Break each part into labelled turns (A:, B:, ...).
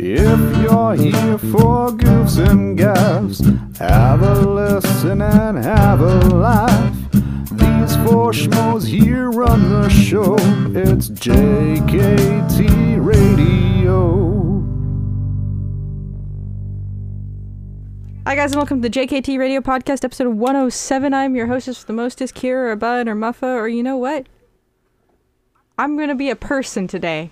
A: If you're here for goofs and gaffs, have a listen and have a laugh. These four schmoes here run the show. It's JKT Radio.
B: Hi, guys, and welcome to the JKT Radio Podcast, episode 107. I'm your hostess with the mostest, Kira, or Bud, or Muffa, or you know what? I'm going to be a person today.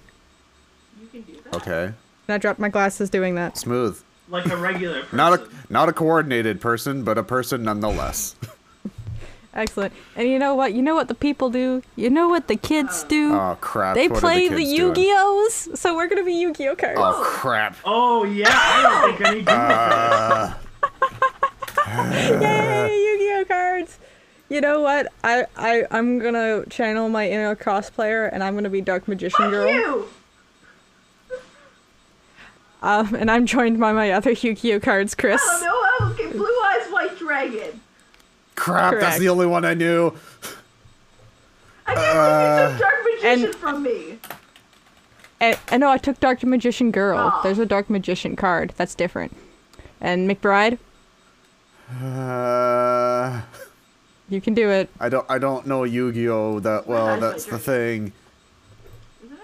A: Okay,
B: And I dropped my glasses doing that.
A: smooth.
C: like a regular person.
A: Not a not a coordinated person, but a person nonetheless.
B: Excellent. And you know what? You know what the people do? You know what the kids do?
A: Oh crap!
B: they
A: what are
B: play
A: the
B: the
A: kids doing?
B: Yu Gi Oh's! So we're going to be Yu Gi Oh cards.
A: Oh crap!
C: oh yeah, I don't think I need to.
B: Yay, Yu-Gi-Oh cards! You know what? I I I'm gonna channel my inner crossplayer, and I'm gonna be Dark Magician Girl. Um, and I'm joined by my other Yu-Gi-Oh cards, Chris.
D: Oh no, I look at Blue Eyes White Dragon.
A: Crap! That's
B: Correct.
A: the only one I knew.
D: I guess
A: Uh,
D: you took Dark Magician
B: and-
D: from me.
B: And, and no, I took Dark Magician Girl.
D: Aw.
B: There's a Dark Magician card. That's different. And McBride,
A: Uh,
B: you can do it.
A: I don't I don't know Yu-Gi-Oh that well. That's
D: that's
A: the
D: like
A: thing.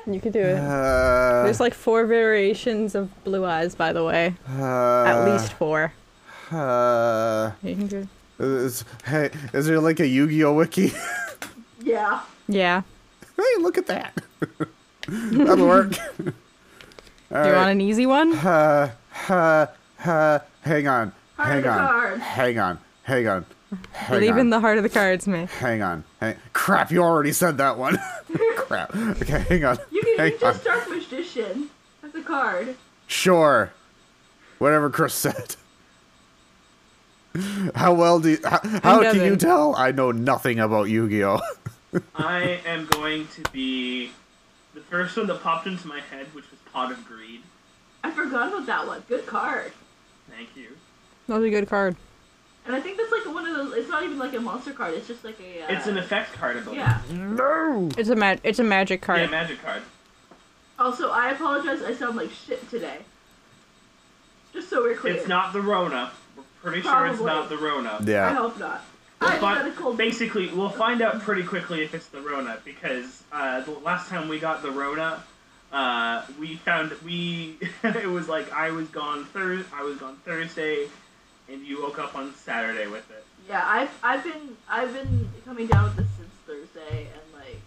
B: You can do it.
A: Uh,
B: There's like four variations of Blue Eyes, by the way. At least four.
A: Uh,
B: You can do it.
A: is, hey, is there like a Yu-Gi-Oh wiki?
D: Yeah.
B: Yeah.
A: hey, look at that. That'll work.
B: do you
A: right.
B: want an easy one?
A: uh, uh, uh, hang on.
D: Heart
A: Hang
D: of the
A: on.
D: card.
A: Hang on. Hang on. Hang
B: Leave in
A: on.
B: the heart of the cards, man.
A: Hang on. Hang- Crap, you already said that one. Crap. Okay, hang on.
D: You can
A: hang
D: you
A: on.
D: just Dark Magician as a card.
A: Sure. Whatever Chris said. How well do you, how, how can you
B: doesn't.
A: tell I know nothing about Yu-Gi-Oh?
C: I am going to be the first one that popped into my head, which was Pot of Greed.
D: I forgot about that one. Good card.
C: Thank you.
B: That was a good card.
D: And I think that's like one of those. It's not even like a monster card. It's just like a. Uh,
C: It's an effect card, I believe.
D: Yeah.
A: no.
B: It's a mag- it's a magic card.
C: Yeah, magic card.
D: Also, I apologize. I sound like shit today. Just so we're clear.
C: It's not the Rona. We're pretty sure it's
D: Probably.
C: not the Rona.
D: I
A: Yeah.
D: hope not.
C: We'll
D: I just
C: fi-
D: had a cold.
C: basically, we'll find out pretty quickly if it's the Rona because uh, the last time we got the Rona, uh, we found we it was like I was gone Thurs I was gone Thursday, and you woke up on Saturday with it.
D: Yeah, I've I've been I've been coming down with this since Thursday, and like,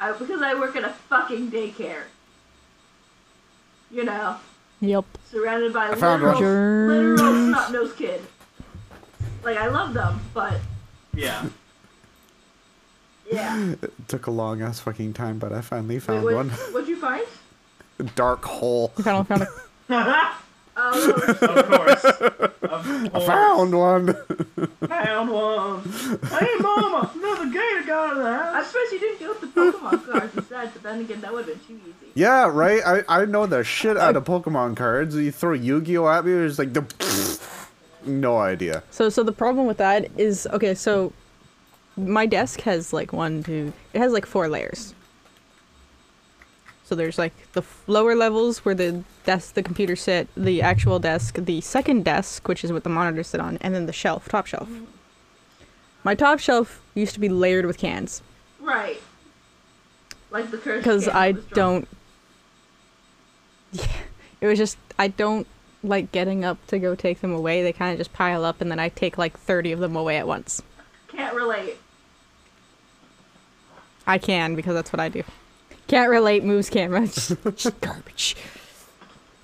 D: I because I work at a fucking daycare. You know,
B: Yep.
D: surrounded by
A: found one.
D: literal, literal snot nosed kid. Like I love them, but
C: Yeah.
D: yeah.
A: It took a long ass fucking time, but I finally found
D: Wait, what,
A: one.
D: What'd you find?
A: Dark hole.
B: Final found a
D: Oh,
C: Of course. Of course.
A: Found one.
C: Found one. Hey, Mama, another gator got out of the
D: I'm
C: house.
D: surprised you didn't go with the Pokemon cards instead. But then again, that would have been too easy.
A: yeah, right. I, I know the shit out of Pokemon cards. You throw Yu-Gi-Oh at me, it's like the no idea.
B: So so the problem with that is okay, so my desk has like one, two it has like four layers. So there's like the f- lower levels where the desk the computer sit, the actual desk, the second desk, which is what the monitors sit on, and then the shelf, top shelf. My top shelf used to be layered with cans
D: Right. Like the curse.
B: because
D: can
B: I
D: was drawn.
B: don't Yeah. It was just I don't like getting up to go take them away. They kind of just pile up and then I take like 30 of them away at once.
D: can't relate.
B: I can because that's what I do. Can't relate moves camera. Just, just garbage.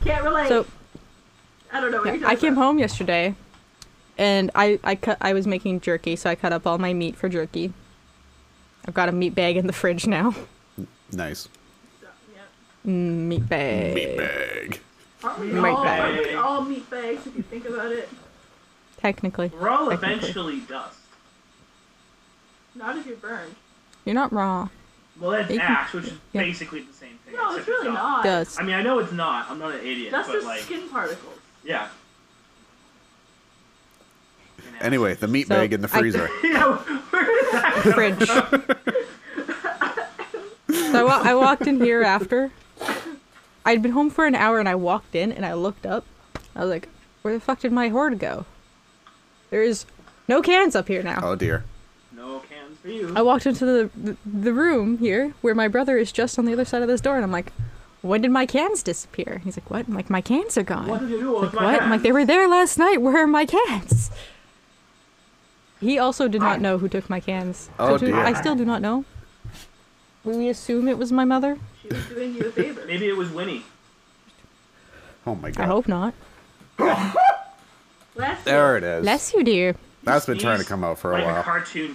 D: Can't relate.
B: So
D: I don't know what you're talking
B: I came
D: about.
B: home yesterday, and I I cut I was making jerky, so I cut up all my meat for jerky. I've got a meat bag in the fridge now.
A: Nice.
D: Yeah.
B: Meat bag.
A: Big.
D: Aren't we
B: Meat
D: all,
B: bag.
D: aren't we all meat bags if you think about it?
B: Technically,
C: We're all
B: Technically.
C: eventually dust.
D: Not if you're burned.
B: you're not wrong.
C: Well, that's
B: You can-
C: ash, which is
B: yeah.
C: basically the same thing.
D: No,
C: except
D: it's really
C: dust.
D: not.
B: Dust.
C: I mean, I know it's not. I'm not an idiot,
D: Dust
C: but
D: is
C: like,
D: skin particles.
C: yeah.
A: Anyway, the meat
B: So,
A: bag in the
B: I-
A: freezer.
C: Yeah,
B: Fridge. so I, wa- I walked in here after. I'd been home for an hour and I walked in and I looked up. I was like, where the fuck did my hoard go? There is no cans up here now.
E: Oh dear.
C: No cans for you.
B: I walked into the, the the room here where my brother is just on the other side of this door, and I'm like, when did my cans disappear? He's like, what? I'm like, my cans are gone.
C: What did you do
B: He's
C: with
B: like,
C: my
B: what? I'm like, they were
C: cans?"
B: there last night. Where are my cans? He also did not know who took my cans.
E: Oh,
B: to-
E: dear.
B: I still do not know. We assume it was my mother.
D: She was doing you a favor.
C: Maybe it was Winnie.
E: Oh my god.
B: I hope not.
D: Last
E: There
D: year,
E: it is.
B: Bless you, dear.
E: That's been
C: Sneeze
E: trying to come out for a
C: like a
E: while.
C: cartoon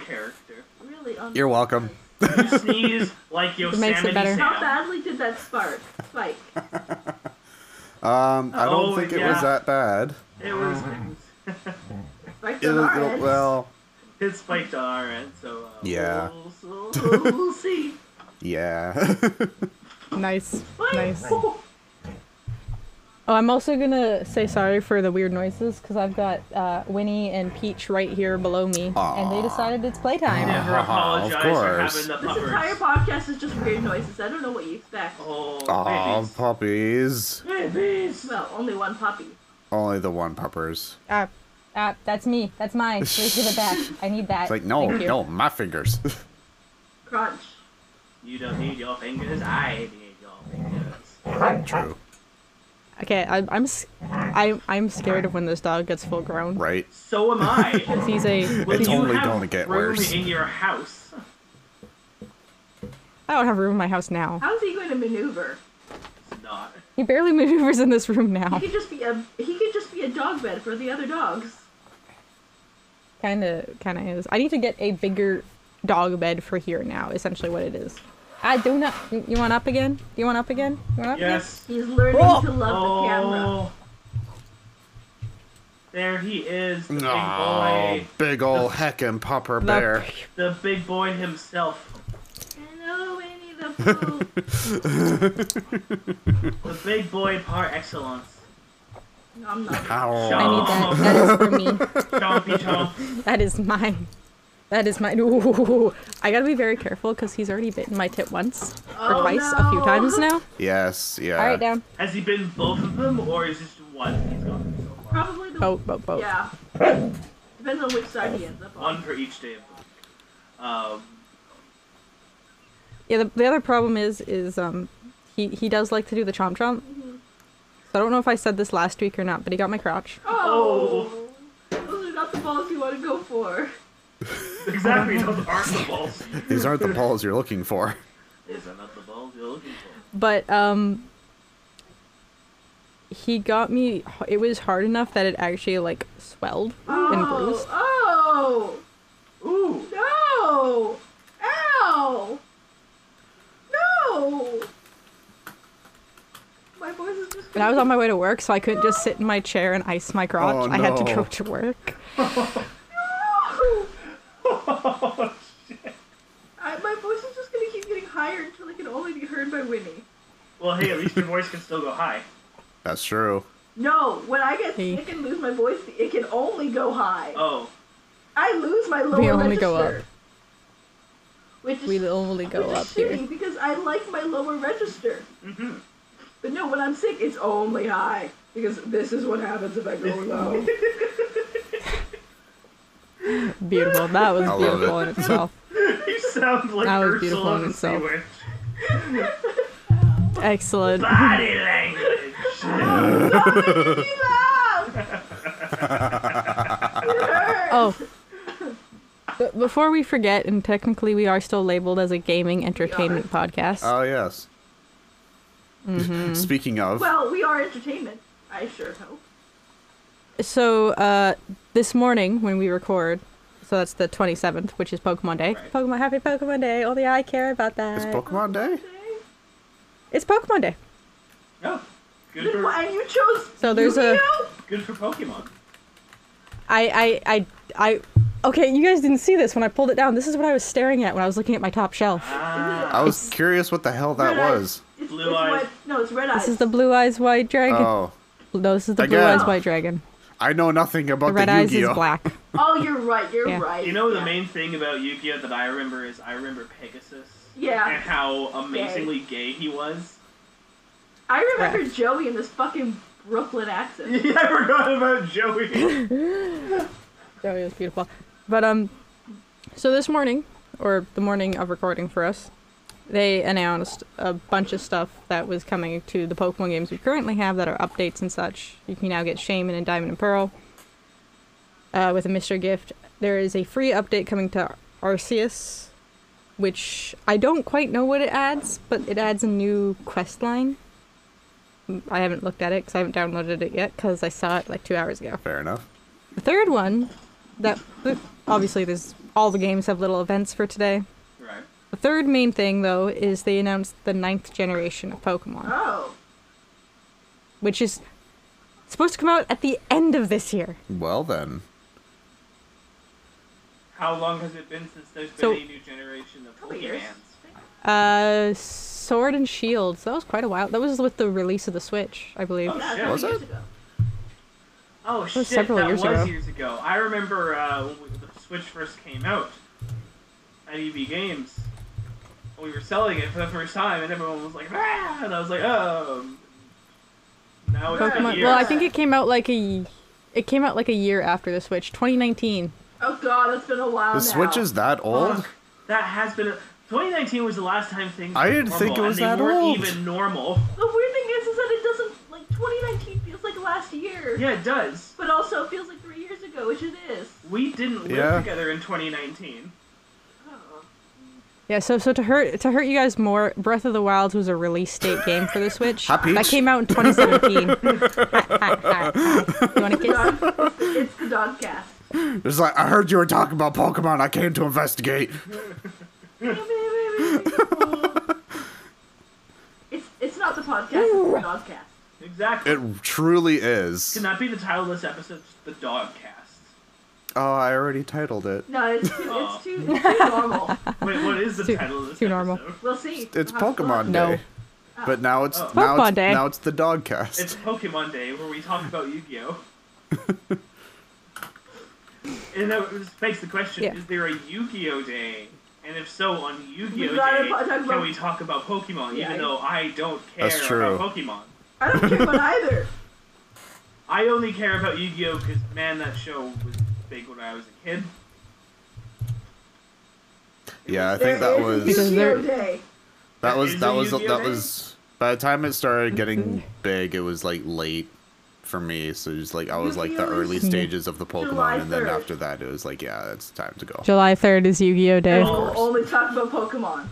C: character.
D: Really on
E: You're welcome.
C: You sneeze like Yosemite
B: makes it better.
D: How
C: Sam.
D: badly did that spark spike?
E: Um, I don't
C: Oh,
E: think it
C: yeah.
E: was that bad.
C: It was.
D: Spiked
E: It
D: on
E: was,
D: our
E: it-
D: end.
E: well,
C: It spiked on our end, so uh,
E: Yeah.
D: We'll, we'll, we'll see.
E: yeah.
B: Nice.
D: Spike.
B: Nice. Oh, I'm also gonna say sorry for the weird noises because I've got uh, Winnie and Peach right here below me, and they decided it's playtime.
C: Never
E: Aw,
C: apologize
E: of
C: for
E: course.
C: having the
D: This
C: puppers.
D: entire podcast is just weird noises. I don't know what you expect.
C: Oh,
E: Aw, puppies.
C: babies. Babies.
D: Well, only one puppy.
E: Only the one puppers.
B: Ah, ah, that's me. That's mine. Please give it back. I need that.
E: It's like, no,
B: Thank you.
E: no, my fingers.
D: Crunch.
C: You don't need your fingers. I need your fingers.
E: True.
B: Okay, I, I'm, s- I, I'm scared of when this dog gets full grown.
E: Right?
C: So am I.
B: 'Cause He's a.
C: Will
E: It's
C: you
E: only
C: have
E: gonna get
C: room
E: worse.
C: in your house?
B: I don't have room in my house now.
D: How is he going to maneuver?
C: It's not.
B: He barely maneuvers in this room now.
D: He could just be a he could just be a dog bed for the other dogs.
B: Kind of, kind of is. I need to get a bigger dog bed for here now. Essentially, what it is. I do not. You want up again? You want up again? You want up again?
C: Yes.
D: He's learning
B: Oh.
D: to love the camera.
C: Oh. There he is, the
E: No,
C: big boy,
E: big ol' heckin' pupper
B: The-
E: bear.
C: the big boy himself,
D: Hello, Winnie the Pooh.
C: the big boy par excellence.
D: no, I'm not.
B: I
E: Ow.
B: need that. That is for me.
C: Chompy chomp.
B: That is mine. That is mine. Ooh, I gotta be very careful because he's already bitten my tit once or
D: Oh,
B: twice, a few
D: no.
B: times now.
E: Yes, yeah.
B: All right, down.
C: Has he been both of them, or is just one? He's gone so far.
D: Probably the
B: Boat, boat, boat.
D: yeah. Depends on which side he ends up on.
C: One for each day of the week. Um,
B: Yeah. The, the other problem is, is um, he he does like to do the chomp chomp. So I don't know if I said this last week or not, but he got my crotch.
D: Oh, those are not the balls you want to go for.
C: exactly, those aren't the balls.
E: These aren't the balls you're looking for.
C: These are not the balls you're looking for.
B: But um, he got me. It was hard enough that it actually like swelled and
D: Oh,
B: bruised.
D: oh,
C: Ooh,
D: no, ow, no. My voice is just.
B: And I was on my way to work, so I couldn't just sit in my chair and ice my crotch.
E: Oh,
B: I had to
E: no.
B: go to work.
D: No! I, my voice is just gonna keep getting higher until it can only be heard by Winnie.
C: well, hey, at least your voice can still go high.
E: That's true.
D: No, when I get
B: Hey.
D: sick and lose my voice, it can only go high.
C: Oh,
D: I lose my lower
B: We only
D: register.
B: go up.
D: Which is,
B: We only go
D: which is
B: up here.
D: shitty because I like my lower register. But no, when I'm sick, it's only high because this is what happens if I go low.
B: Beautiful. That was
E: love
B: beautiful
E: it.
B: in itself.
C: you sound like
B: That was beautiful
C: Ursula
B: in
C: the Sea
B: itself.
C: Witch.
B: Excellent.
C: Body language.
B: Oh.
D: He laughed. It hurt.
B: Oh. B- Before we forget, and technically we are still labeled as a gaming entertainment podcast.
E: Oh, yes.
B: Mm-hmm.
E: Speaking of,
D: Well, we are entertainment. I sure hope.
B: so uh, this morning when we record, so that's the 27th, which is Pokemon Day.
C: Right.
B: Pokemon Happy Pokemon Day. Only I care about that.
E: it's Pokemon Day?
D: Okay.
B: It's Pokemon Day.
C: No, Oh, good
D: Then why-
C: for,
D: And you chose.
B: So there's a-
D: Yu-Gi-Oh?
C: good for Pokemon.
B: I, I, I, I. Okay, you guys didn't see this when I pulled it down. This is what I was staring at when I was looking at my top shelf.
C: Uh,
E: I was curious what the hell that
D: Red Eyes.
E: was.
D: It's,
C: Blue
D: it's
C: Eyes.
D: White, no, it's red eyes.
B: This is the Blue Eyes White Dragon.
E: Oh,
B: No, this is the Blue
E: Again.
B: Eyes White Dragon.
E: I know nothing about
B: The Red
E: the
B: Eyes is
E: Yu-Gi-Oh.
B: black.
D: Oh, you're right. You're
B: Yeah.
D: right.
C: You know the
D: Yeah.
C: main thing about Yu-Gi-Oh that I remember is I remember Pegasus
D: Yeah.
C: and how amazingly gay he was.
D: I remember
B: crap.
D: Joey in this fucking Brooklyn accent.
C: Yeah, I forgot about Joey.
B: That was beautiful. But um, so this morning, or the morning of recording for us, they announced a bunch of stuff that was coming to the Pokemon games we currently have that are updates and such. You can now get Shaman and Diamond and Pearl uh, with a Mr. Gift. There is a free update coming to Arceus, which I don't quite know what it adds, but it adds a new quest line. I haven't looked at it because I haven't downloaded it yet because I saw it like two hours ago.
A: Fair enough.
B: The third one, that obviously there's all the games have little events for today.
C: right.
B: The third main thing though is they announced the ninth generation of Pokemon,
D: Oh,
B: which is supposed to come out at the end of this year.
A: Well then,
C: How long has it been since there's been
B: So-
C: a new generation of
D: couple years.
C: Pokemans?
B: Uh, Sword and Shield. So that was quite a while. That was with the release of the Switch, I believe.
C: Oh,
D: That
C: shit.
A: Was
D: was years
A: it?
D: ago.
C: Oh shit,
B: several
C: that
B: years
C: was
B: ago.
C: years ago. I remember uh, when we- the Switch first came out at EB Games. We were selling it for the first time, and everyone was like, "Ah!" and I was like, "Oh." Now it's been
B: Pokemon.
C: years.
B: Well, I think it came out like a, it came out like a year after the Switch, 2019.
D: Oh god, it's been a while
A: the
D: now.
A: Switch is that old.
C: Fuck. That has been. 2019 was the last time things.
A: I
C: were
A: didn't think it
C: normal,
A: was
C: and
A: that
C: they weren't
A: old.
C: Even normal.
D: The weird thing is, is that it doesn't like 2019 feels like last year,
C: Yeah, it does.
D: but also it feels like three years ago, which it is.
C: We didn't live
A: Yeah.
C: together in 2019.
D: Oh.
B: Yeah, so so to hurt to hurt you guys more, Breath of the Wilds was a release date game for the Switch.
A: Hi, Peach.
B: That came out in 2017. you want to kiss?
D: Dog, it's, the, it's the dog cast.
A: It's like I heard you were talking about Pokemon. I came to investigate.
D: It's it's not the podcast, it's the dog cast.
C: Exactly. It
A: It truly is.
C: could not be the title of this episode. just The dog cast.
A: Oh, I already titled it.
D: No, it's too,
C: Aw.
D: it's too, it's too normal.
C: Wait, what is the
B: Too-
C: title of this
B: too
C: episode?
B: normal.
D: We'll see. Uh-huh.
A: It's
D: We'll have to
A: Pokemon
D: look.
B: No.
A: Day. But now it's
C: Oh.
A: now
B: Pokemon
A: it's,
B: Day.
A: now it's the dog cast.
C: It's Pokemon Day where we talk about Yu-Gi-Oh. and that was- begs the question:
B: Yeah.
C: Is there a Yu-Gi-Oh Day? And if so, on Yu-Gi-Oh
D: We gotta
C: Day,
D: po- talk
C: can
D: about-
C: we talk about Pokemon?
D: Yeah,
C: even
D: I-
C: though I don't care
A: That's true.
C: about Pokemon,
D: I don't care about either.
C: I only care about Yu-Gi-Oh because man, that show was big when I was a kid.
A: yeah, I think that was
B: Because
D: Because
B: they're-
D: day.
A: that
C: Is
A: was
C: there
A: that was
C: Yu-Gi-Oh
A: that
C: Day?
A: was by the time it started getting
B: Mm-hmm.
A: big, it was like late for me. So just like I was like the
D: Yu-Gi-Oh!
A: early
B: Mm-hmm.
A: stages of the
D: July
A: Pokemon, and then
D: 3rd.
A: after that, it was like yeah, it's time to go.
B: July 3rd is Yu-Gi-Oh Day.
D: And we'll only talk about Pokemon.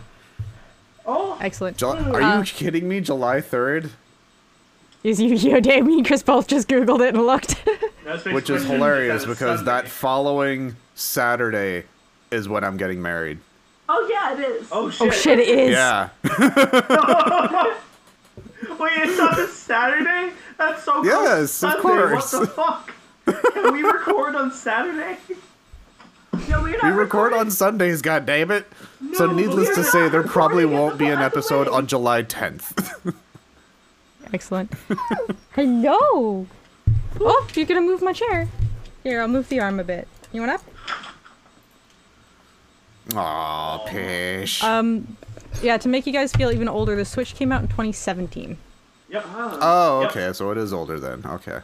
C: Oh,
B: Excellent.
A: July, are
B: Uh,
A: you kidding me? July third,
B: Is Yu-Gi-Oh Day? Me and Chris both just googled it and looked.
C: That begs the
A: which is
C: question,
A: hilarious
C: that is
A: because that
C: Sunday.
A: following Saturday is when I'm getting married.
D: Oh yeah, it is.
C: oh shit!
B: oh shit, it is.
A: Yeah,
C: Wait, it's on this Saturday? That's so cool.
A: Yes, of
C: Sunday,
A: course.
C: What the fuck? Can we record on Saturday?
D: No, we're not
A: we record
D: recording.
A: on Sundays. God damn it! so
C: No,
A: needless
C: we're
A: to
C: not
A: say, there probably
D: recording it
A: won't be an
D: before the
A: episode
D: wedding.
A: on July tenth.
B: Excellent. Hello. Oh, you're gonna move my chair. Here, I'll move the arm a bit. You want up?
A: Aw, pish.
B: Um, yeah. To make you guys feel even older, the Switch came out in 2017.
C: Yep.
A: Oh,
C: Yep.
A: okay. So it is older then. Okay.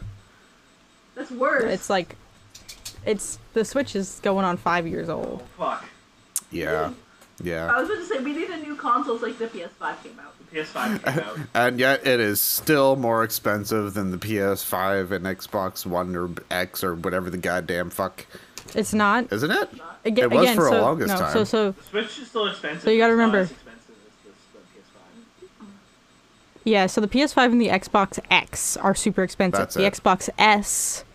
D: That's worse.
B: It's like, it's the Switch is going on five years old.
C: Fuck.
A: Yeah. Yeah.
D: I was about to say we need a new console it's like the PS5 came out.
C: PS5 came out.
A: And yet it is still more expensive than the PS5 and Xbox One or X or whatever the goddamn fuck,
B: It's not.
A: isn't it?
B: Aga-
A: It was
B: again,
A: for the
B: so,
A: longest
B: no,
A: time.
B: So so
C: The Switch is still expensive.
B: So you gotta
C: but it's not
B: remember-
C: as expensive as this- the
B: yeah, so the PS5 and the Xbox X are super expensive.
A: That's
B: the
A: it.
B: Xbox S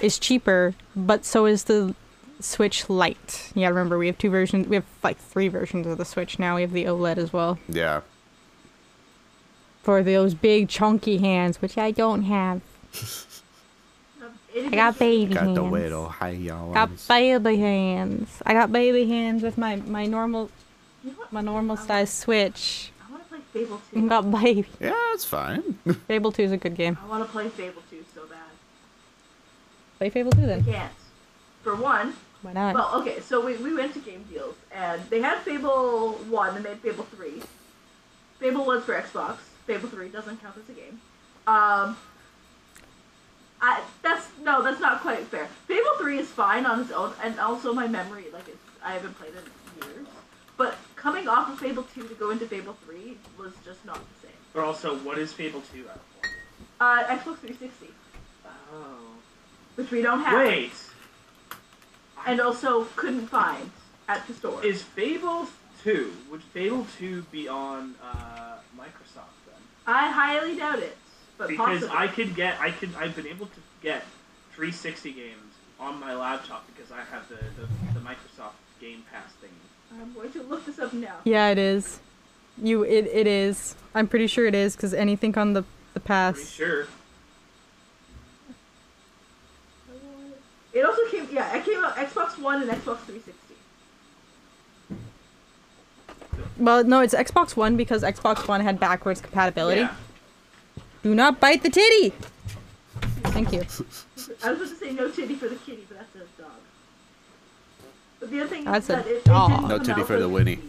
B: is cheaper, but so is the Switch Lite. Yeah, remember we have two versions. We have like three versions of the Switch now. We have the OLED as well
A: Yeah.
B: for those big chunky hands, which I don't have.
D: It
B: I got baby
A: Got
B: hands.
A: the little high y'all.
B: Got baby hands. I got baby hands with my my normal
D: You know what?
B: my normal size Switch.
D: I want to play Fable 2.
B: I got baby.
A: Yeah, it's fine.
B: Fable 2 is a good game.
D: I want to play Fable 2 so bad.
B: Play Fable 2
D: I
B: then.
D: can't. For one,
B: Why not?
D: well, okay, so we, we went to Game Deals, and they had Fable 1 and they had Fable 3. Fable was for Xbox, Fable Three doesn't count as a game. Um, I that's no, that's not quite fair. Fable Three is fine on its own, and also my memory, like it's, I haven't played it in years. But coming off of Fable Two to go into Fable Three was just not the same.
C: But also, what is Fable 2 out
D: Uh, Xbox 360,
C: for? Oh.
D: which we don't have,
C: Wait!
D: and also couldn't find at the store.
C: Is Fable 2, would Fable 2 be on uh, Microsoft then?
D: I highly doubt it, but
C: because
D: possibly.
C: I could get, I could, I've been able to get 360 games on my laptop because I have the, the, the Microsoft Game Pass thing.
D: I'm going to look this up now.
B: Yeah, it is. You it it is. I'm pretty sure it is because anything on the the
C: Pretty
B: pass.
C: sure.
D: It also came, yeah, it came out Xbox One and Xbox 360.
B: Well, no, it's Xbox One because Xbox One had backwards compatibility.
C: Yeah.
B: Do not bite the titty. Thank you.
D: I was supposed to say no titty for the kitty, but that's a dog. But the other thing
B: That's
D: is
B: a
D: that it, it
B: dog.
D: didn't
B: No
D: come
A: titty
D: out
A: for the Winnie.
D: PC.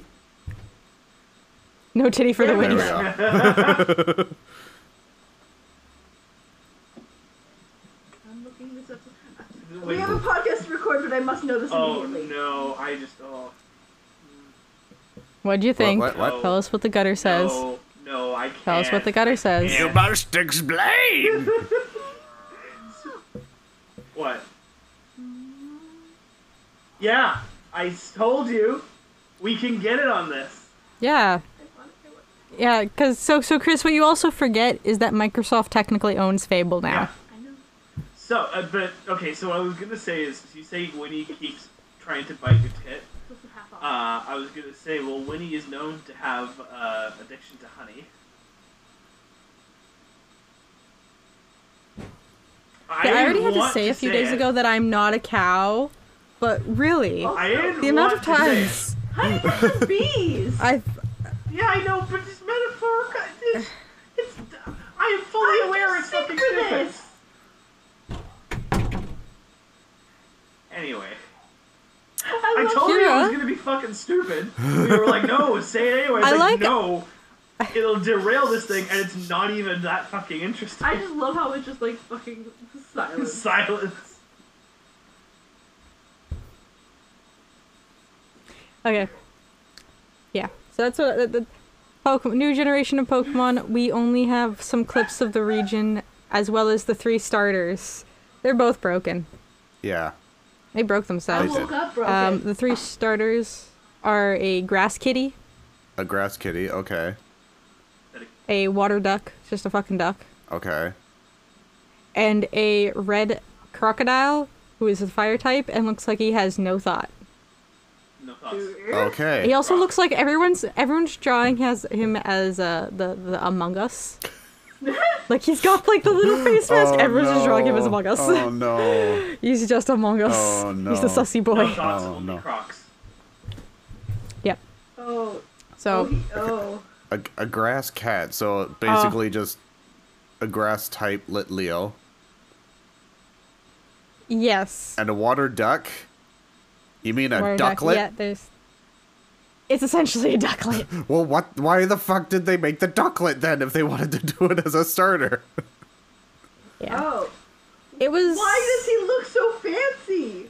B: No titty for the
D: There we
A: There
B: win.
A: we
D: go.
A: go.
D: I'm looking this up. We
C: Wait,
D: have a podcast to record, but I must know this
C: oh
D: immediately.
C: no! I just oh
B: What'd you think?
A: What? what?
B: Tell us what the gutter says.
C: no no I can't.
B: Tell us what the gutter says.
C: Yeah.
A: must explain.
C: What? Yeah, I told you, we can get it on this.
B: Yeah. Yeah, cause so so Chris, what you also forget is that Microsoft technically owns Fable now.
D: I know.
C: So, uh, but okay. So what I was gonna say is, you say Winnie keeps trying to bite your tit.
D: This is half off.
C: Uh, I was gonna say, well, Winnie is known to have uh, addiction to honey.
B: Yeah, I, already had
C: didn't
B: to
C: want
B: say a few
C: say
B: days
C: it.
B: ago that I'm not a cow, but really,
D: Oh,
C: I didn't
B: the amount of
C: want to say it.
B: times
D: Honey, it's the bees.
B: I
C: Yeah, I know, but this metaphor, it's, it's I am fully
D: I'm
C: aware
D: too
C: it's
D: sick
C: fucking
D: for
C: stupid.
D: this.
C: Anyway,
D: I,
C: I
D: love
C: told you it was
B: Kira.
C: gonna be fucking stupid. We were like, no, say it anyway. It's
B: I like-
C: no, it'll derail this thing, and it's not even that fucking interesting.
D: I just love how it's just like fucking silence.
C: Silence.
B: Okay. Yeah. So that's what the, the Pokemon, new generation of Pokemon. We only have some clips of the region as well as the three starters. They're both broken.
A: yeah.
B: They broke
D: I
B: themselves.
A: Nice.
D: woke up broken.
B: Um, the three starters are a grass kitty,
A: A grass kitty. Okay.
B: a water duck, it's just a fucking duck,
A: Okay.
B: and a red crocodile who is a fire type and looks like he has no thought.
C: No thoughts.
D: Oh,
A: Okay.
B: He also looks like everyone's everyone's drawing has him as uh, the the Among Us. like he's got like the little face mask.
A: Oh,
B: everyone's just drawing him as
A: no.
B: Among Us.
A: Oh no.
B: He's just Among Us.
A: Oh,
B: He's the
A: no.
B: sussy
C: No
B: boy.
C: thoughts.
A: Oh,
C: only
A: no.
C: Crocs.
B: Yep.
D: Oh. Oh.
B: So
D: He, oh.
A: A, a grass cat. So
B: Oh.
A: basically, just a grass type lit Leo
B: yes,
A: and a water duck. You mean a
B: Water duck.
A: ducklet?
B: Yeah, there's. It's essentially a ducklet.
A: Well, what? Why the fuck did they make the ducklet then? If they wanted to do it as a starter,
B: Yeah.
D: Oh.
B: It was.
D: Why does he look so fancy?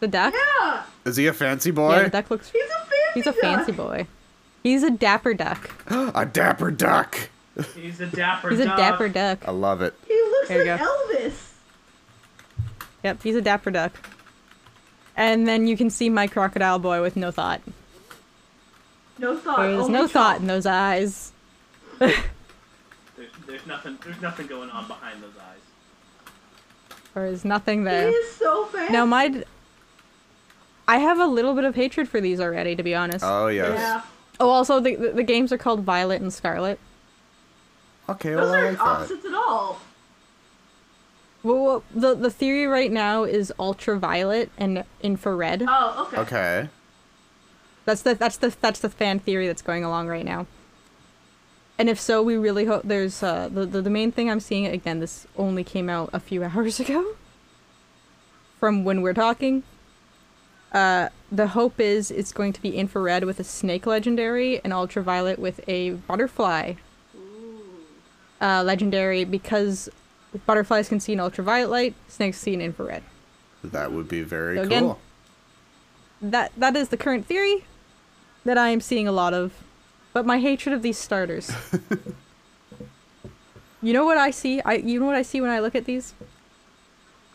B: the duck?
D: Yeah.
A: is he a fancy
B: Yeah,
A: boy?
B: the duck looks.
D: He's a fancy.
B: He's a
D: duck.
B: fancy boy. He's a dapper duck.
A: a dapper duck.
C: He's a dapper.
B: He's a
C: duck.
B: dapper duck.
A: I love it.
D: He looks
B: There you
D: like Elvis.
B: Yep, he's a dapper duck. And then you can see my crocodile boy with no thought.
D: No thought. Oh,
B: There is
D: only
B: no
D: talk.
B: thought in those eyes.
C: There's, there's nothing. There's nothing going on behind those eyes.
B: There is nothing
D: He
B: there.
D: is so fancy.
B: No, my. d- I have a little bit of hatred for these already, to be honest.
A: Oh yes.
D: Yeah.
B: oh, also, the, the, the games are called Violet and Scarlet.
A: Okay.
D: Those
A: Well, I like
D: aren't
A: that.
D: opposites at all.
B: Well, well, the, the theory right now is ultraviolet and infrared.
D: Oh, okay.
A: Okay.
B: That's the that's the that's the fan theory that's going along right now. And if so, we really hope there's uh, the, the the main thing I'm seeing again. This only came out a few hours ago. From when we're talking, uh, the hope is it's going to be infrared with a snake legendary and ultraviolet with a butterfly uh, legendary because butterflies can see in ultraviolet light, snakes see in infrared.
A: That would be very
B: So
A: cool.
B: again- That that is the current theory that I am seeing a lot of, but my hatred of these starters. you know what I see? I you know what I see when I look at these?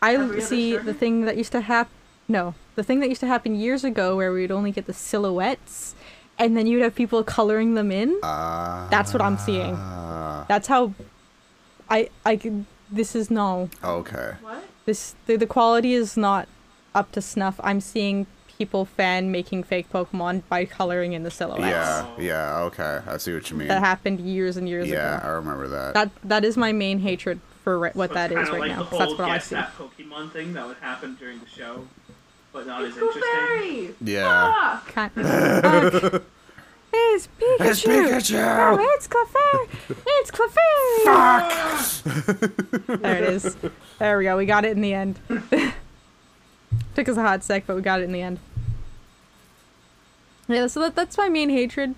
B: I
D: Every other
B: see
D: starter?
B: the thing that used to happen. No, the thing that used to happen years ago, where we'd only get the silhouettes, and then you'd have people coloring them in.
A: Ah.
B: That's what I'm seeing. That's how. I I could- this is no
A: okay.
D: What?
B: this the, the quality is not up to snuff. I'm seeing people fan making fake Pokemon by coloring in the silhouettes.
A: Yeah, yeah, okay. I see what you mean.
B: That happened years and years
A: Yeah, I
B: ago.
A: remember that.
B: That that is my main hatred for ri- what
C: So
B: that
C: it's
B: is
C: kinda
B: right
C: like
B: now. 'cause
C: The whole
B: That's what I
C: guess
B: see.
C: that Pokemon thing that would happen during the show, but not
D: It's
C: as interesting.
D: Gooberry!
B: Ah,
A: yeah.
D: Fuck!
B: Can't. Fuck. It's Pikachu.
A: It's Pikachu!
B: Oh, it's Clefairy. It's Clefairy. There it is. There we go. We got it in the end. Took us a hot sec, but we got it in the end. Yeah, so that, that's my main hatred.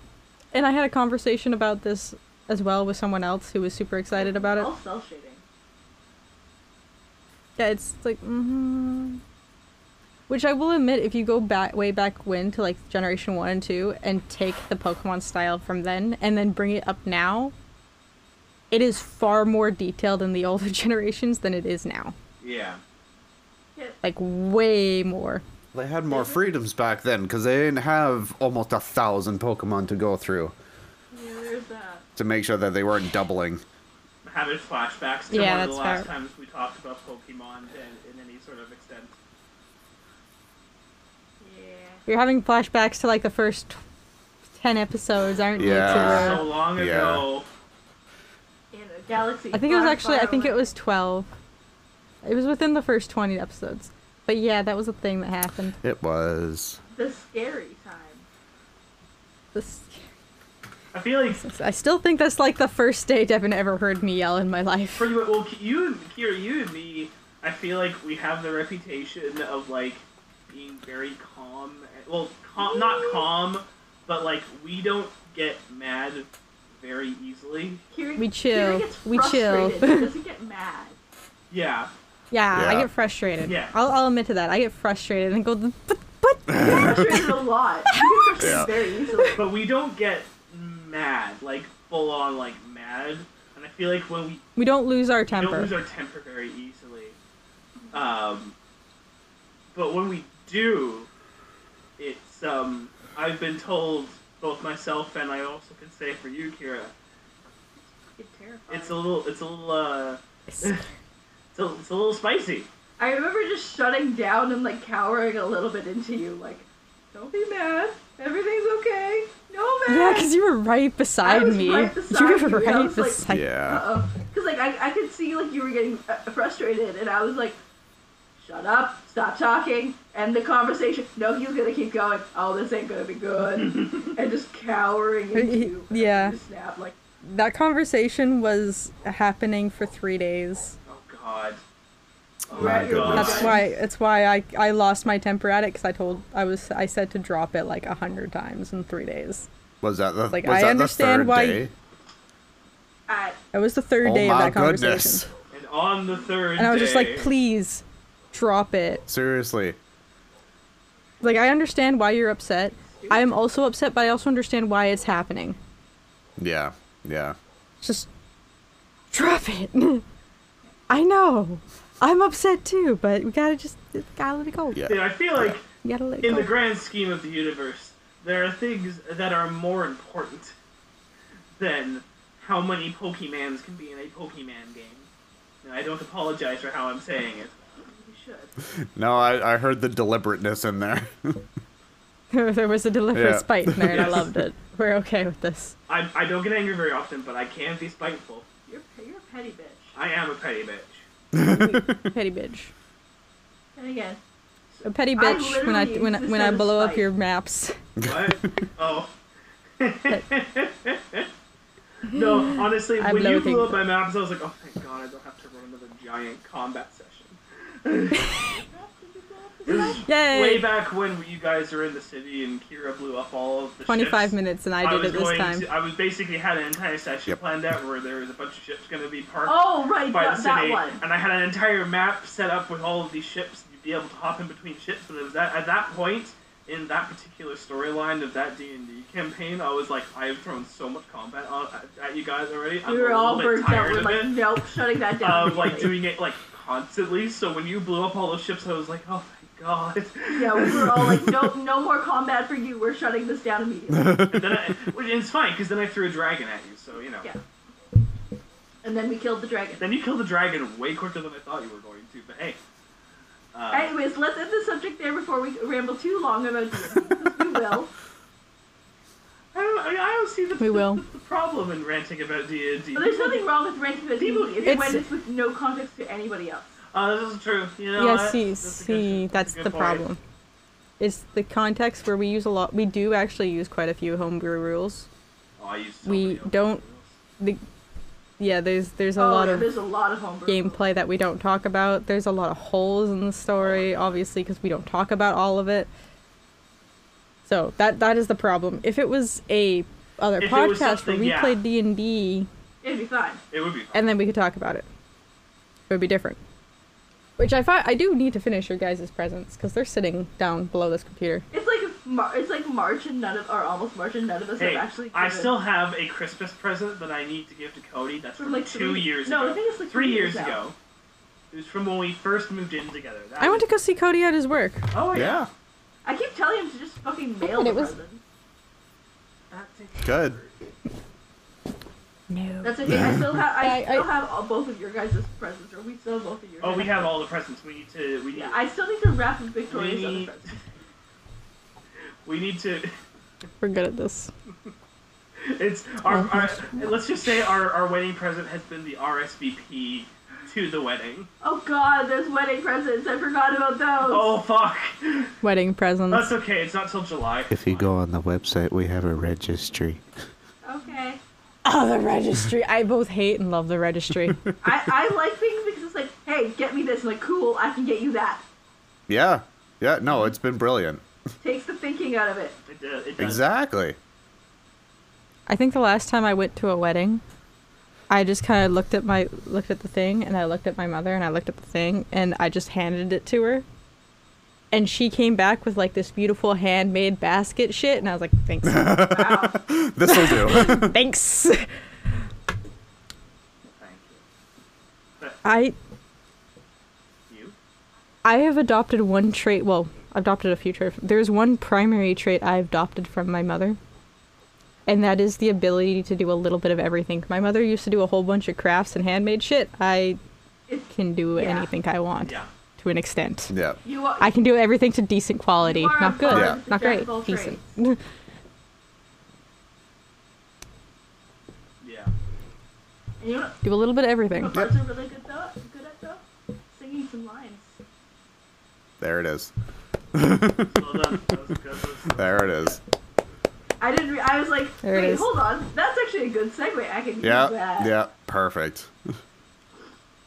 B: And I had a conversation about this as well with someone else who was super excited about it.
D: All cell shading.
B: Yeah, it's like, mm which I will admit, if you go back way back when to like Generation One and Two, and take the Pokemon style from then, and then bring it up now, it is far more detailed in the older generations than it is now.
C: Yeah.
B: Like way more.
A: They had more freedoms back then because they didn't have almost a thousand Pokemon to go through
D: Yeah, there's that.
A: to make sure that they weren't doubling.
C: Having flashbacks to
B: Yeah,
C: one of
B: that's
C: the last
B: fair.
C: times we talked about Pokemon in, in any sort of extent.
D: Yeah.
B: You're having flashbacks to like the first t- ten episodes, aren't you? to uh,
A: Yeah.
B: the-
C: So long
A: Yeah.
C: ago.
D: In a galaxy.
B: I think it was
D: far,
B: actually. I
D: far
B: think it
D: away.
B: was twelve. It was within the first twenty episodes. But yeah, that was a thing that happened.
A: It was.
D: The scary time.
B: This,
C: I feel like
B: I still think that's like the first day Devin ever heard me yell in my life.
C: pretty much, well, you and Kira, you and me, I feel like we have the reputation of like being very calm. and- Well, calm, not calm, but like we don't get mad very easily.
D: Kiri,
B: We chill.
D: Kiri gets
B: We chill.
D: frustrated. She doesn't get mad.
C: Yeah.
B: Yeah, I
A: Yeah.
B: get frustrated.
C: Yeah.
B: I'll, I'll admit to that. I get frustrated and go, but, but.
D: She gets frustrated a lot. She gets frustrated very easily.
C: But we don't get mad, like full on like mad. And I feel like when we
B: We don't lose our
C: We don't
B: temper.
C: lose our temper very easily. Um, but when we do, it's um, I've been told both myself and I also can say for you, Kira,
D: It's terrifying.
C: it's a little, it's a little, uh, it's,
B: It's-
C: a, it's a little spicy.
D: I remember just shutting down and like cowering a little bit into you, like, don't be mad. Everything's okay. No mad.
B: yeah, because you were right beside
D: was
B: me.
D: right beside
B: you
D: you,
B: were
D: and I
B: right
D: was like,
B: beside
A: yeah.
D: Uh-oh. Because like I, I could see like you were getting uh, frustrated, and I was like, "Shut up! Stop talking! End the conversation." No, he's gonna keep going. Oh, this ain't gonna be good, and just cowering into you. and
B: Yeah.
D: you Snap like
B: That conversation was happening for three days.
C: Oh God. Oh,
D: My goodness.
B: That's
D: Okay.
B: why. That's why I, I lost my temper at it because I told I was I said to drop it like a hundred times in three days.
A: Was that the,
B: Like,
A: was
B: I
A: that
B: understand
A: the third
B: why-
A: day?
D: I
B: It was the third
A: oh
B: day
A: my
B: of that conversation,
A: goodness.
C: And on the third
B: and I was just
C: day-
B: like, please, drop it.
A: Seriously.
B: Like I understand why you're upset. I am also upset, but I also understand why it's happening.
A: Yeah. Yeah.
B: Just drop it. I know. I'm upset too, but we gotta just gotta let it go.
A: Yeah.
C: Dude, I feel like
B: You gotta let it
C: in
B: go.
C: the grand scheme of the universe, there are things that are more important than how many Pokemans can be in a Pokemon game. And I don't apologize for how I'm saying it.
D: you should.
A: No, I, I heard the deliberateness in there.
B: there was a deliberate
A: Yeah.
B: spite in there, and I
C: Yes.
B: loved it. We're okay with this.
C: I, I don't get angry very often, but I can be spiteful.
D: You're you're a petty bitch.
C: I am a petty bitch.
B: Petty bitch.
D: And again,
B: A petty
D: I
B: bitch. When I
D: literally
B: when I,
D: used to
B: when I
D: say
B: blow up
D: spite.
B: your maps.
C: What? oh. no, honestly,
B: I
C: when
B: blow
C: you blew
B: things
C: up my maps, I was like, oh my god, I don't have to run another giant combat session.
D: Did you go up the
B: Yay!
C: Way back when you guys were in the city and Kira blew up all of the
B: 25
C: ships,
B: minutes and I did
C: was
B: it this
C: going
B: time.
C: To, I was basically had an entire session
A: Yep.
C: planned out where there was a bunch of ships going to be parked
D: Oh, right,
C: by
D: that,
C: the
D: that
C: city,
D: one.
C: and I had an entire map set up with all of these ships. You'd be able to hop in between ships, and it was that at that point in that particular storyline of that D and D campaign, I was like, I have thrown so much combat on, at, at you guys already. I'm
D: We were
C: a
D: all
C: little bit
D: burnt out.
C: tired
D: We're
C: of
D: like,
C: it
D: nope, shutting that down.
C: of like doing it like constantly. So when you blew up all those ships, I was like, oh my god.
D: Yeah, we were all like, nope, no more combat for you. We're shutting this down immediately.
C: And then I, which it's fine because then I threw a dragon at you, so you know.
D: Yeah. And then we killed the dragon.
C: Then you killed the dragon way quicker than I thought you were going to, but hey. Uh,
D: Anyways, let's end the subject there before we ramble too long about D&D. we will.
C: I don't, I, I don't see the,
B: We will.
C: the, problem in ranting about D and D.
D: But there's nothing wrong with ranking the
C: People-
D: D&D
B: It's-
D: it's, when it's with no context to anybody else.
C: Uh, this is true. You know.
B: yeah,
C: what?
B: see,
C: That's a good-
B: see, that's
C: a good
B: the
C: point.
B: problem. It's the context where we use a lot. We do actually use quite a few homebrew rules.
C: Oh, I used so
B: We
C: many of
B: don't-
C: those.
B: The, yeah, there's there's a
D: oh,
B: lot
D: yeah,
B: of
D: there's a lot of homebrew.
B: gameplay that we don't talk about. There's a lot of holes in the story, obviously, because we don't talk about all of it. So that that is the problem. If it was a other
C: If it
B: podcast
C: was
B: where
C: something-
B: we
C: yeah.
B: played D and D,
D: It'd be fine.
C: It would be. Fun.
B: and then we could talk about it. It would be different. Which I fi- I do need to finish your guys' presents because they're sitting down below this computer.
D: It's like if Mar- it's like March and none of or almost March and none of us
C: Hey,
D: have actually.
C: I
D: given-
C: still have a Christmas present that I need to give to Cody. That's
D: From,
C: from
D: like,
C: two
D: three-
C: years
D: no,
C: ago.
D: I think it's, like,
C: three
D: three
C: years
D: years now.
C: ago. It was from when we first moved in together. That
B: I went to go see Cody at his work.
C: Oh yeah.
A: Yeah,
D: I keep telling him to just fucking mail
B: And
D: the
B: it was-
D: presents.
C: That's it.
A: good.
B: No.
D: That's okay. I still have I,
B: I- I-
D: still have all, both of your guys' presents, or we still have both of your.
C: Oh, we
D: guys'-
C: have all the presents. We need to. We need.
D: Yeah, I still need to wrap up Victoria's
C: We
D: other
C: need-
D: presents.
C: We need to.
B: We're good at this.
C: It's our.
B: Oh,
C: our let's just say our, our wedding present has been the RSVP to the wedding.
D: Oh God, there's wedding presents. I forgot about those.
C: Oh fuck.
B: Wedding presents.
C: That's okay. It's not till July.
E: If you go on the website, we have a registry.
D: Okay.
B: Oh, the registry. I both hate and love the registry.
D: I, I like things because it's like, hey, get me this. like, cool, I can get you that.
A: Yeah, yeah. No, it's been brilliant.
D: Takes the thinking out of it.
C: It, do- it does.
A: Exactly.
B: I think the last time I went to a wedding, I just kind of looked at my looked at the thing, and I looked at my mother, and I looked at the thing, and I just handed it to her. And she came back with like this beautiful handmade basket shit, and I was like, "Thanks,
D: Wow.
A: This will do.
B: thanks."
C: Thank you.
B: I
C: You.
B: I have adopted one trait. Well, adopted a few traits. There's one primary trait I adopted from my mother, and that is the ability to do a little bit of everything. My mother used to do a whole bunch of crafts and handmade shit. I
D: It's-
B: can do
D: Yeah.
B: anything I want
C: Yeah.
B: to an extent.
A: yeah.
D: You are,
B: I can do everything to decent quality.
D: You are
B: Not
D: a
B: good.
A: Yeah.
B: Not great.
D: vulnerable
B: Decent.
C: Yeah.
D: and you know
B: Do a little bit of everything.
D: what Bards are really good though? Good at though? Singing some lines.
A: There it is.
C: Well done. That was, that was,
A: There it is.
D: I didn't. Re- I was like,
B: There it
D: wait,
B: is.
D: hold on. That's actually a good segue. I can use
A: Yeah.
D: that.
A: Yeah. Perfect.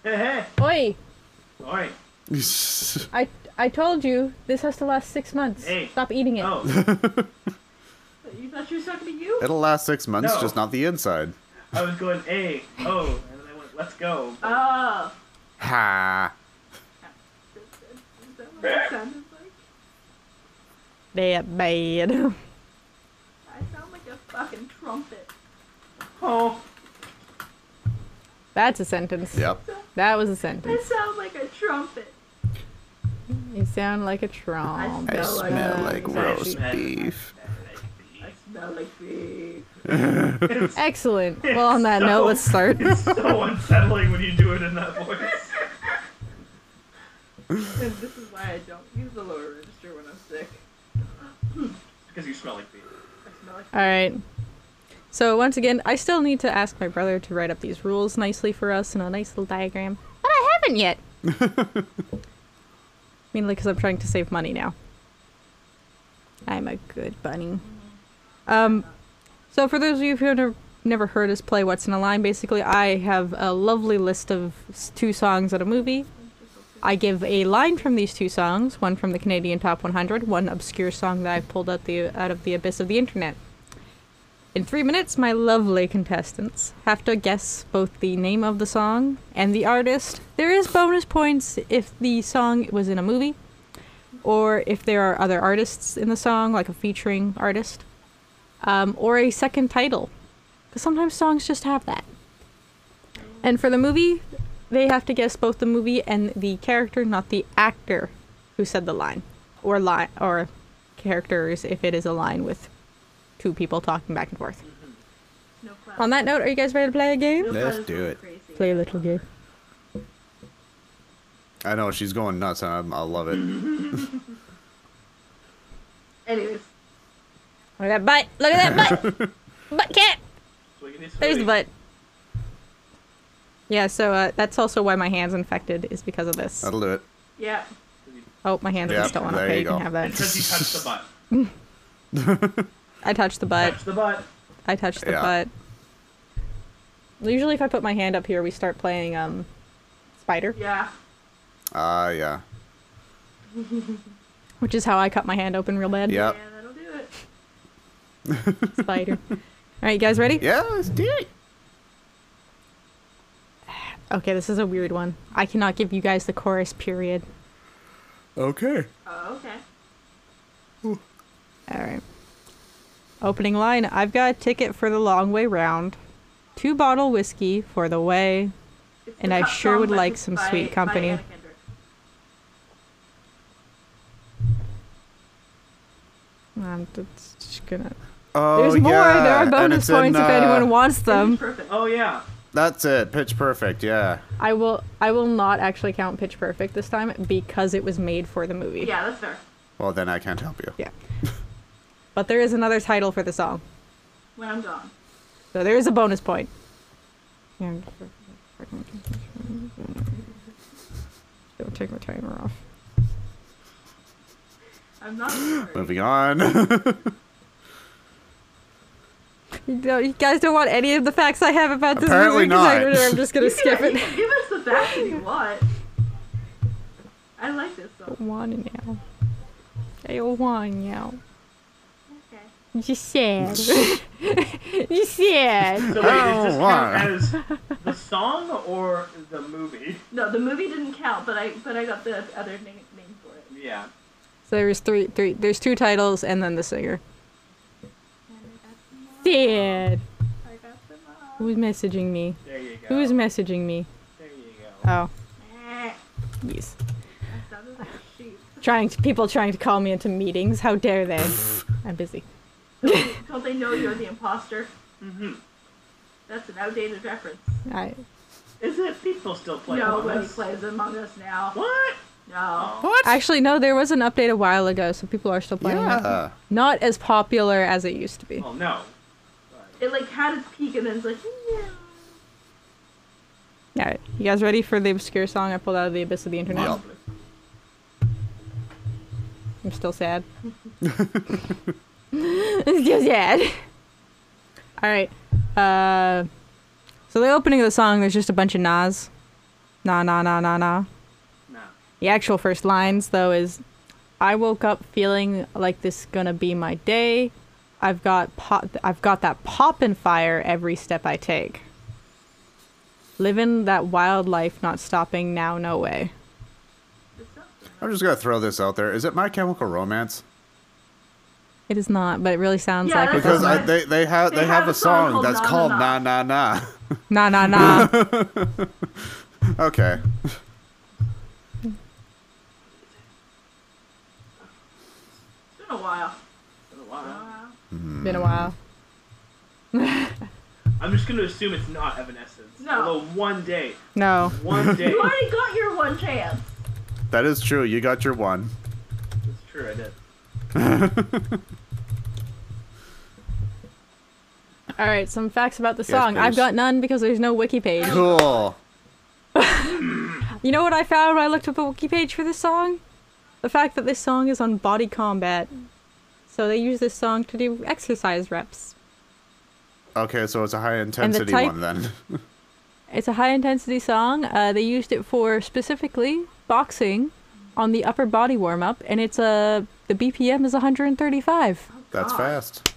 C: hey hey.
B: Oi!
C: All right.
B: I I told you this has to last six months.
C: Hey.
B: Stop eating it.
C: Oh,
D: You thought she was talking to you?
A: It'll last six months,
C: No.
A: just not the inside.
C: I was going a oh, and then I went let's go.
D: Oh.
A: Ha.
D: Is that what it sounded like?
B: That bad.
D: I sound like a fucking trumpet.
C: Oh.
B: That's a sentence.
A: Yep.
B: That was a
D: I
B: sentence.
D: sound like a trumpet.
B: You sound like a trump.
D: I smell
B: like
C: roast
A: beef.
D: I smell like beef.
C: It's
B: Excellent. Well, on that note, let's start.
C: so unsettling when you do it in that voice.
D: And this is why I don't use the lower register when I'm sick.
C: Because you smell like beef.
D: I smell like
B: All right. So once again, I still need to ask my brother to write up these rules nicely for us in a nice little diagram, but I haven't yet. Mainly because I'm trying to save money now. I'm a good bunny. Um, so for those of you who have never- never heard us play What's in a Line, basically I have a lovely list of s- two songs and a movie. I give a line from these two songs, one from the Canadian Top 100, one obscure song that I've pulled out the out of the abyss of the internet. In three minutes, my lovely contestants have to guess both the name of the song and the artist. There is bonus points if the song was in a movie, or if there are other artists in the song, like a featuring artist, um, or a second title, because sometimes songs just have that. And for the movie, they have to guess both the movie and the character, not the actor who said the line, or line or characters if it is a line with two people talking back and forth.
D: No cloud.
B: On that note, are you guys ready to play a game?
D: No cloud
A: Let's
D: is
A: do
D: going
A: it.
D: Crazy.
B: Play a little game.
A: I know she's going nuts, and I'm, I love it.
D: Anyways,
B: Look at that butt! Look at that butt! butt cat! There's the butt. Yeah, so uh, that's also why my hand's infected is because of this.
A: That'll do it.
D: yeah.
B: Oh, my hand's
A: Yeah,
B: just don't want to
A: there
B: play.
A: you
B: You can
A: go.
B: have that.
C: Because you touched the butt.
B: I touched the butt.
C: Touch the butt.
B: I touched the
A: Yeah.
B: butt. Usually, if I put my hand up here, we start playing um, spider,
D: Yeah.
A: Ah, yeah.
B: which is how I cut my hand open real bad.
A: Yep.
D: Yeah, that'll do it.
B: Spider. All right, you guys ready?
A: Yeah, let's do it.
B: Okay, this is a weird one. I cannot give you guys the chorus. Period.
A: Okay.
D: Oh, okay.
B: All right. Opening line I've got a ticket for the long way round, two bottle whiskey for the way.
D: It's
B: And
D: the
B: I
D: cup
B: sure
D: song
B: would
D: by-
B: like some
D: by-
B: sweet
D: by
B: company.
D: Anna Kendrick.
B: I'm just Um, just gonna.
A: Oh,
B: There's more.
A: yeah.
B: There are
A: and
B: bonus
A: it's in,
B: points if
A: uh,
B: anyone wants them.
D: Perfect.
C: Oh yeah.
A: That's it. Pitch perfect. Yeah.
B: I will. I will not actually count Pitch Perfect this time because it was made for the movie.
D: Yeah, that's fair.
A: Well, then I can't help you.
B: Yeah. but there is another title for the song,
D: When I'm gone.
B: so there is a bonus point. Yeah. Don't take my timer off.
D: I'm not worried.
A: Moving on.
B: You, don't- you guys don't want any of the facts I have about this
A: Apparently
B: movie 'cause I
A: not.
B: don't know, I'm just gonna
D: You
B: skip
D: can-
B: it.
D: you can Give us the back if you want. I like this song.
B: One now. I one now.
D: Okay.
B: You sad. you sad.
C: So wait, does this
A: Oh,
C: count
A: wow.
C: as the song or the movie?
D: No, the movie didn't count, but I but I got the other name, name for it.
C: Yeah.
B: So there's three, three. There's two titles and then the singer. Sad.
D: I got them all.
B: Who's messaging me?
C: There you go.
B: Who's messaging me?
C: There you go.
B: Oh,
D: Eh,
B: yes.
D: I sounded like a sheep.
B: Trying to, people trying to call me into meetings. How dare they? I'm busy.
D: Don't they know you're the imposter?
C: hmm
D: That's an outdated reference.
B: I,
C: Is it people still play?
D: no,
C: Among
D: when he
C: Us?
D: plays Among Us now.
C: What?
D: No.
B: actually, no. There was an update a while ago, so people are still playing. it.
A: yeah.
B: Not as popular as it used to be.
C: Well, Oh, no.
D: It like had its peak and then it's like, yeah.
B: All right, you guys ready for the obscure song I pulled out of the abyss of the internet?
A: Yep.
B: I'm still sad. I'm still sad. All right. Uh, so the opening of the song, there's just a bunch of nas, na na na na na.
C: No.
B: The actual first lines though is, "I woke up feeling like this gonna be my day. I've got pop. I've got that poppin' fire every step I take. Living that wild life, not stopping now, no way."
D: It's something.
A: I'm just gonna throw this out there. Is it My Chemical Romance?
B: It is not, but it really sounds
D: Yeah,
B: like
D: that's
B: it's
A: Because
D: what
A: I, they they have they, have, a song,
D: called
A: that's
D: Na Na
A: called
D: Na.
A: Na Na Na.
B: na na na.
A: okay.
D: It's been a while.
C: Wow.
D: Uh,
B: Been a while.
C: I'm just gonna assume it's not Evanescence.
D: No.
C: Although one day,
B: No.
C: one day,
D: you already got your one chance.
A: That is true. You got your one.
C: it's true. I did.
B: All right, some facts about the
A: Yes,
B: song. I've
A: please.
B: got none because there's no wiki page.
A: Cool.
B: You know what I found when I looked up the wiki page for this song? The fact that this song is on Body Combat. So they use this song to do exercise reps.
A: Okay, so it's a high intensity
B: type-
A: one then.
B: It's a high intensity song. Uh, they used it for specifically boxing on the upper body warm up, and it's a the BPM is 135.
A: That's
D: God.
A: fast.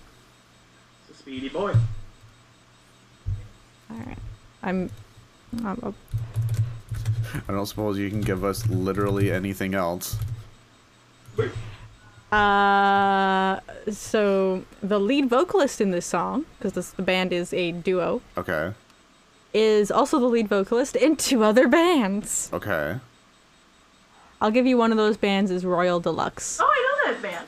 C: It's a speedy boy.
B: All right, I'm. I'm
A: I don't suppose you can give us literally anything else.
B: uh, so the lead vocalist in this song, because the band is a duo,
A: Okay.
B: is also the lead vocalist in two other bands.
A: Okay.
B: I'll give you one of those bands is Royal Deluxe.
D: Oh, I know that band.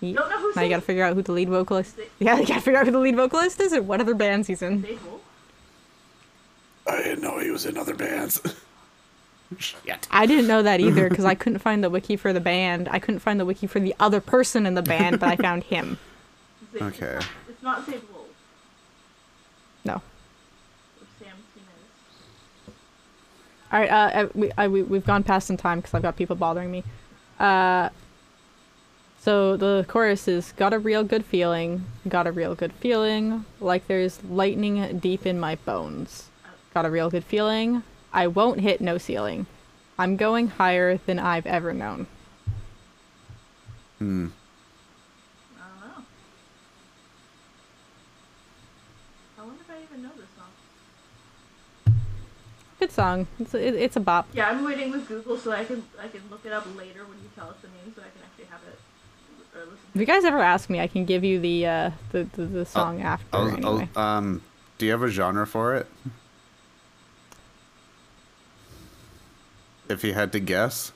B: Ye-
D: don't know who
B: now you
D: sings-
B: gotta figure out who the lead vocalist. Yeah, you gotta figure out who the lead vocalist is and what other bands he's in.
D: Dave Wolf.
A: I didn't know he was in other bands. Shit.
B: I didn't know that either because I couldn't find the wiki for the band. I couldn't find the wiki for the other person in the band, but I found him.
D: It's- it's
A: Okay.
D: not- It's not Dave Wolf
B: No.
D: or Sam Simmons.
B: All right, uh, I- we, I, we, we've gone past some time because I've got people bothering me. Uh, so the chorus is Got a real good feeling, got a real good feeling, like there's lightning deep in my bones. Got a real good feeling, I won't hit no ceiling. I'm going higher than I've ever known.
A: Hmm.
D: I don't know. I wonder if I even know this song.
B: Good song. It's a, it, it's a bop.
D: Yeah, I'm waiting with Google so I can I can look it up later when you tell us the name so I can actually have it or listen.
B: If you guys ever ask me, I can give you the uh, the, the, the song after.
A: I was, I was-
B: anyway.
A: um, do you have a genre for it? If you had to guess,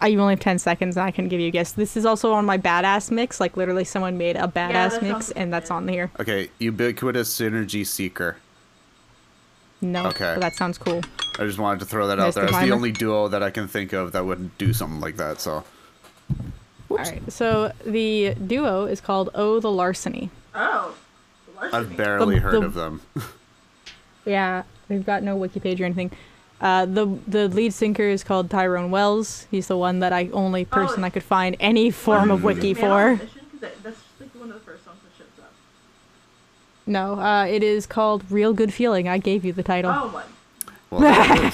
B: I, you only have 10 seconds and I can give you a guess. This is also on my badass mix. Like, literally, someone made a badass
D: that
B: mix
D: sounds
B: and that's
D: good.
B: on here.
A: okay, ubiquitous synergy seeker.
B: No.
A: Okay.
B: but that sounds cool.
A: I just wanted to throw that out
B: Nice
A: there. It's the
B: divider.
A: only duo that I can think of that would do something like that. So, Whoops.
B: All right. So, the duo is called Oh the Larceny.
D: Oh, the larceny.
A: I've barely heard
B: the-
A: of them.
B: Yeah. They've got no wiki page or anything. Uh, the the lead singer is called Tyrone Wells. He's the one that I only
D: Oh.
B: person I could find any form of wiki
D: Man on a
B: for.
D: Mission? 'Cause that- that's like one of the first songs that shows up.
B: No, uh, it is called Real Good Feeling. I gave you the title.
D: Oh my.
A: Well, there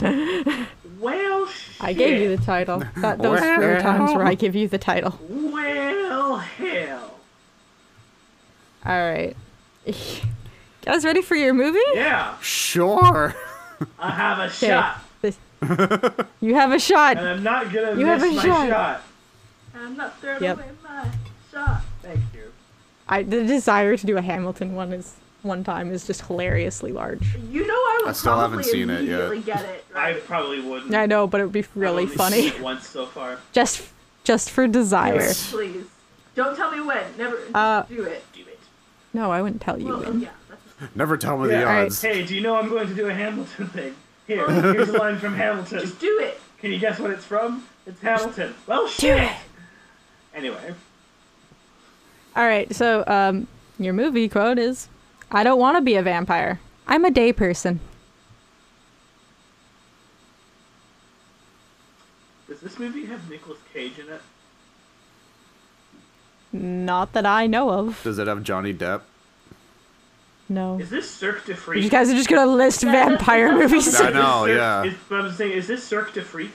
A: it is.
C: Well,
B: I gave you the title. That, those rare times where I give you the title.
C: the. Well, hell.
B: All right. Guys, ready for your movie?
C: Yeah,
A: sure.
C: I have a
B: 'Kay.
C: shot,
B: This- you have a shot.
C: and I'm not gonna
B: You have
C: miss
B: a
C: my
B: shot.
D: I'm not throwing
B: Yep.
D: away my shot.
C: Thank you.
B: I, the desire to do a Hamilton one is one time is just hilariously large.
D: You know I would
A: I still haven't
D: probably
A: seen it yet.
D: immediately get it.
C: I
D: Right?
C: probably wouldn't.
B: I know, but it would be
C: I've
B: really
C: only seen
B: funny.
C: it once so far.
B: Just just for desire.
D: Please. Don't tell me when. Never just
B: Uh,
D: do it.
C: Do it.
B: No, I wouldn't tell you.
D: Well,
B: Ian.
D: yeah, that's
A: Never tell me the
C: Yeah,
B: all right.
A: odds.
C: Hey, do you know I'm going to do a Hamilton thing? Here, here's a line from Hamilton.
D: just do it.
C: Can you guess what it's from? It's Hamilton. Well, shit. Anyway,
B: All right, so um, your movie quote is I don't want to be a vampire. I'm a day person.
C: does this movie have Nicolas Cage in it?
B: Not that I know of.
A: Does it have Johnny Depp?
B: No.
C: Is this Cirque du Freak?
B: You guys are just going to list vampire movies.
A: I
C: Is this
A: know,
C: Cirque-
A: yeah.
C: Is, but I'm saying, is this Cirque du Freak?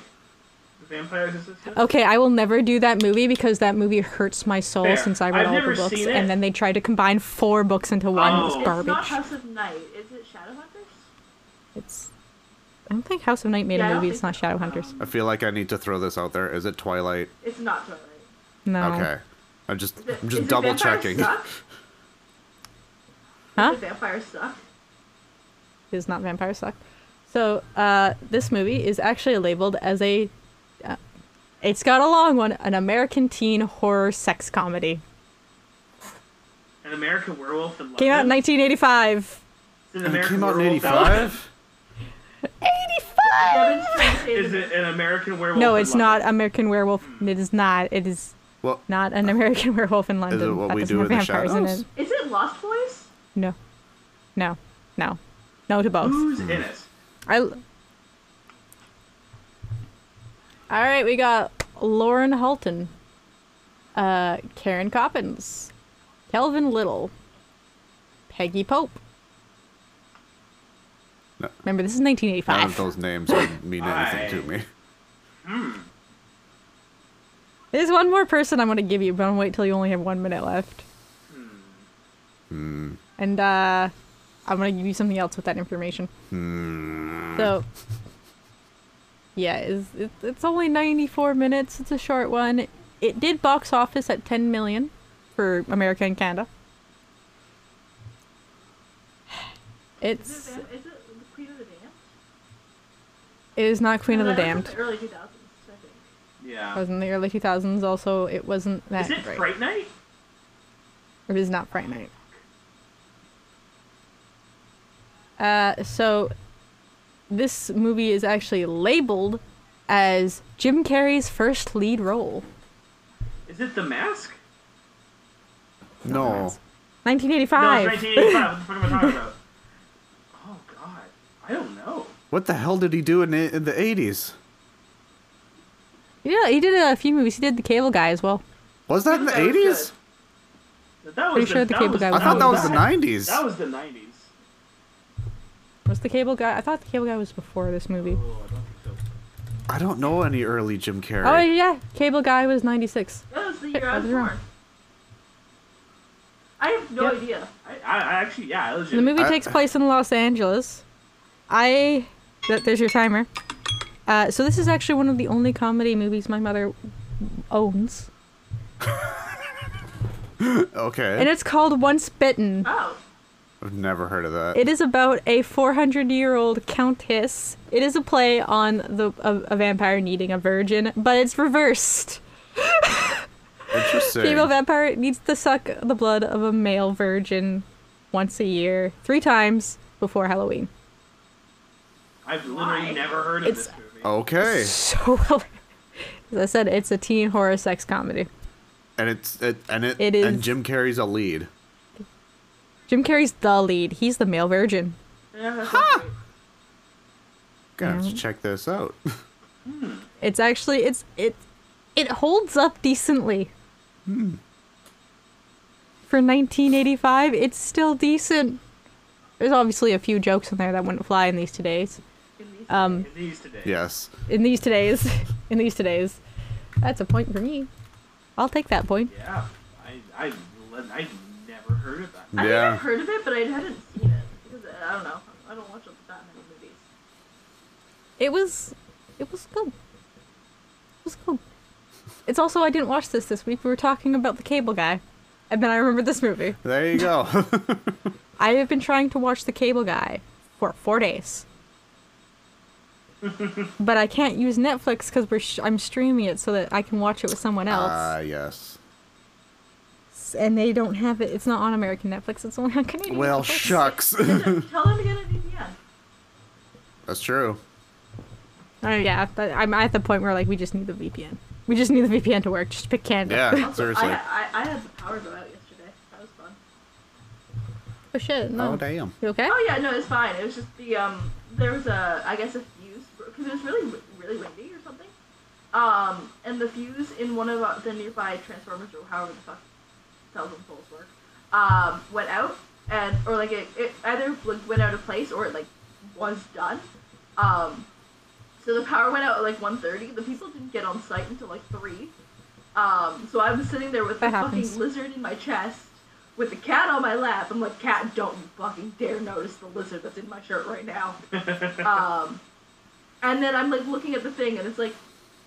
C: The vampires is this?
B: Okay, I will never do that movie because that movie hurts my soul
C: Fair.
B: since I
C: I've
B: read all
C: never
B: the books,
C: seen it.
B: and then they tried to combine four books into one.
C: Oh.
B: It's
D: It's not
B: garbage.
D: House of Night. Is it Shadowhunters?
B: It's. I don't think House of Night made
D: Yeah, I
B: a
D: don't
B: movie.
D: think
B: It's not
D: so.
B: Shadowhunters.
A: I feel like I need to throw this out there. Is it Twilight?
D: It's not Twilight.
B: No.
A: Okay. I'm just
D: Is it-
A: I'm
D: is
A: just
D: it
A: double
D: Vampire
A: checking.
D: Suck?
B: Huh?
D: The vampires suck.
B: It's not Vampire Suck. So uh, this movie is actually labeled as a. Uh, it's got a long one, an American teen horror sex comedy.
C: An American Werewolf in London.
B: Came out in 1985.
C: Is it an
A: It
C: American
A: came out in
C: Werewolf in-
A: 85?
D: Devin Spacey
C: Is it an American Werewolf?
B: No,
C: in
B: it's not
C: London?
B: American Werewolf. It is not. It is
A: Well,
B: not an American Werewolf in London.
A: what
B: that
A: we
B: doesn't
A: do
B: have
A: in the
B: vampires in
A: shadows?
B: it.
D: Is it Lost Boys?
B: No. No. No. No to both.
A: Hmm.
C: Who's in it?
B: I l- All right, we got Lauren Halton, uh, Karen Coppins, Kelvin Little, Peggy Pope.
A: No.
B: Remember, this is
A: None of
B: 1985.
A: those names would mean anything to me.
B: There's one more person I'm gonna give you, but I'm gonna wait till you only have one minute left. And uh, I'm gonna give you something else with that information. So, yeah, it's, it- it's only 94 minutes. It's a short one. It did box office at 10 million for America and Canada.
D: Is
B: It's
D: it, is it the Queen of the Damned?
B: it is not Queen of
D: No,
B: the
D: that was in
B: Damned.
D: the Early 2000s, I think.
B: It
C: Yeah.
B: was in the early 2000s. Also, it wasn't that
C: Is it
B: great.
C: Fright Night?
B: It is not Fright Night. Uh, so this movie is actually labeled as Jim Carrey's first lead role.
C: Is it The Mask?
A: No.
B: 1985.
C: No, it's 1985. what am I talking about? Oh God, I don't know.
A: What the hell did he do in, the- in the 80s?
B: yeah, he did a few movies. He did The Cable Guy as well.
A: Was that in the
C: That was
A: 80s?
C: That- That was
B: Pretty
C: the,
B: sure the
C: that
B: cable
C: was,
B: guy
A: I
B: was
A: thought that was the
B: That-
A: 90s.
C: That was the 90s.
B: Was The Cable Guy? I thought The Cable Guy was before this movie.
C: Oh, I don't think so.
A: I don't know any early Jim
B: Oh
A: Carrey.
B: yeah, Cable Guy was 96.
D: That was the year I
B: I
D: was
B: was wrong.
D: born. I have no
B: Yep.
D: idea.
C: I, I, I actually, yeah, I legit.
B: The movie
A: I-
B: takes place in Los Angeles. I. That, there's your timer. Uh, so this is actually one of the only comedy movies my mother owns,
A: Okay.
B: and it's called Once Bitten.
D: Oh,
A: I've never heard of that.
B: It is about a 400-year-old countess. It is a play on the a, a vampire needing a virgin, but it's reversed.
A: Interesting.
B: Female vampire needs to suck the blood of a male virgin once a year, three times before Halloween.
C: I've literally
D: Why?
C: never heard of
B: It's-
C: this movie.
A: okay.
B: So, as I said, it's a teen horror sex comedy.
A: And it's it, and it,
B: It
A: and
B: is-
A: Jim Carrey's a lead.
B: Jim Carrey's the lead. He's the male virgin.
C: Yeah, that's not great.
A: Gonna
B: Mm-hmm.
A: have to check this out.
B: It's actually it's it it holds up decently. For 1985, it's still decent. There's obviously a few jokes in there that wouldn't fly in these today's.
D: in these
B: Um,
C: In these today.
A: yes.
B: in these today's, in these today's, that's a point for me. I'll take that point.
C: Yeah, I, I, I never heard of that.
D: I think
A: yeah.
D: I've heard of it, but I hadn't seen it. Because uh, I don't know. I don't watch that many movies.
B: It was, it was good. It was good. It's also I didn't watch this this week. We were talking about the Cable Guy, and then I remembered this movie.
A: There you go.
B: I have been trying to watch The Cable Guy for four days. but I can't use Netflix because we're sh- I'm streaming it so that I can watch it with someone else,
A: Ah, yes.
B: S- and they don't have it. It's not on American Netflix. It's only on Canadian.
A: Well,
B: Netflix.
A: shucks.
D: Tell them to get it in the end.
A: That's true.
B: Oh, yeah, but I'm at the point where like we just need the VPN. We just need the VPN to work. Just pick Canada.
A: Yeah,
D: Also,
A: seriously.
D: I, I, I had the power go out yesterday. That was fun.
B: oh shit. No.
A: Oh damn.
B: You okay?
D: Oh yeah, no, it's fine. It was just the um, there was a I guess a fuse because it was really wi- really windy or something. Um, and the fuse in one of uh, the nearby transformers or however the fuck cells and poles work, um, went out and or like it, it either like went out of place or it like was done. Um, so the power went out at like 1.30. The people didn't get on site until like three. Um, so I was sitting there with the
B: That happens.
D: fucking lizard in my chest, with the cat on my lap. I'm like, cat, don't you fucking dare notice the lizard that's in my shirt right now. um, and then I'm like looking at the thing, and it's like,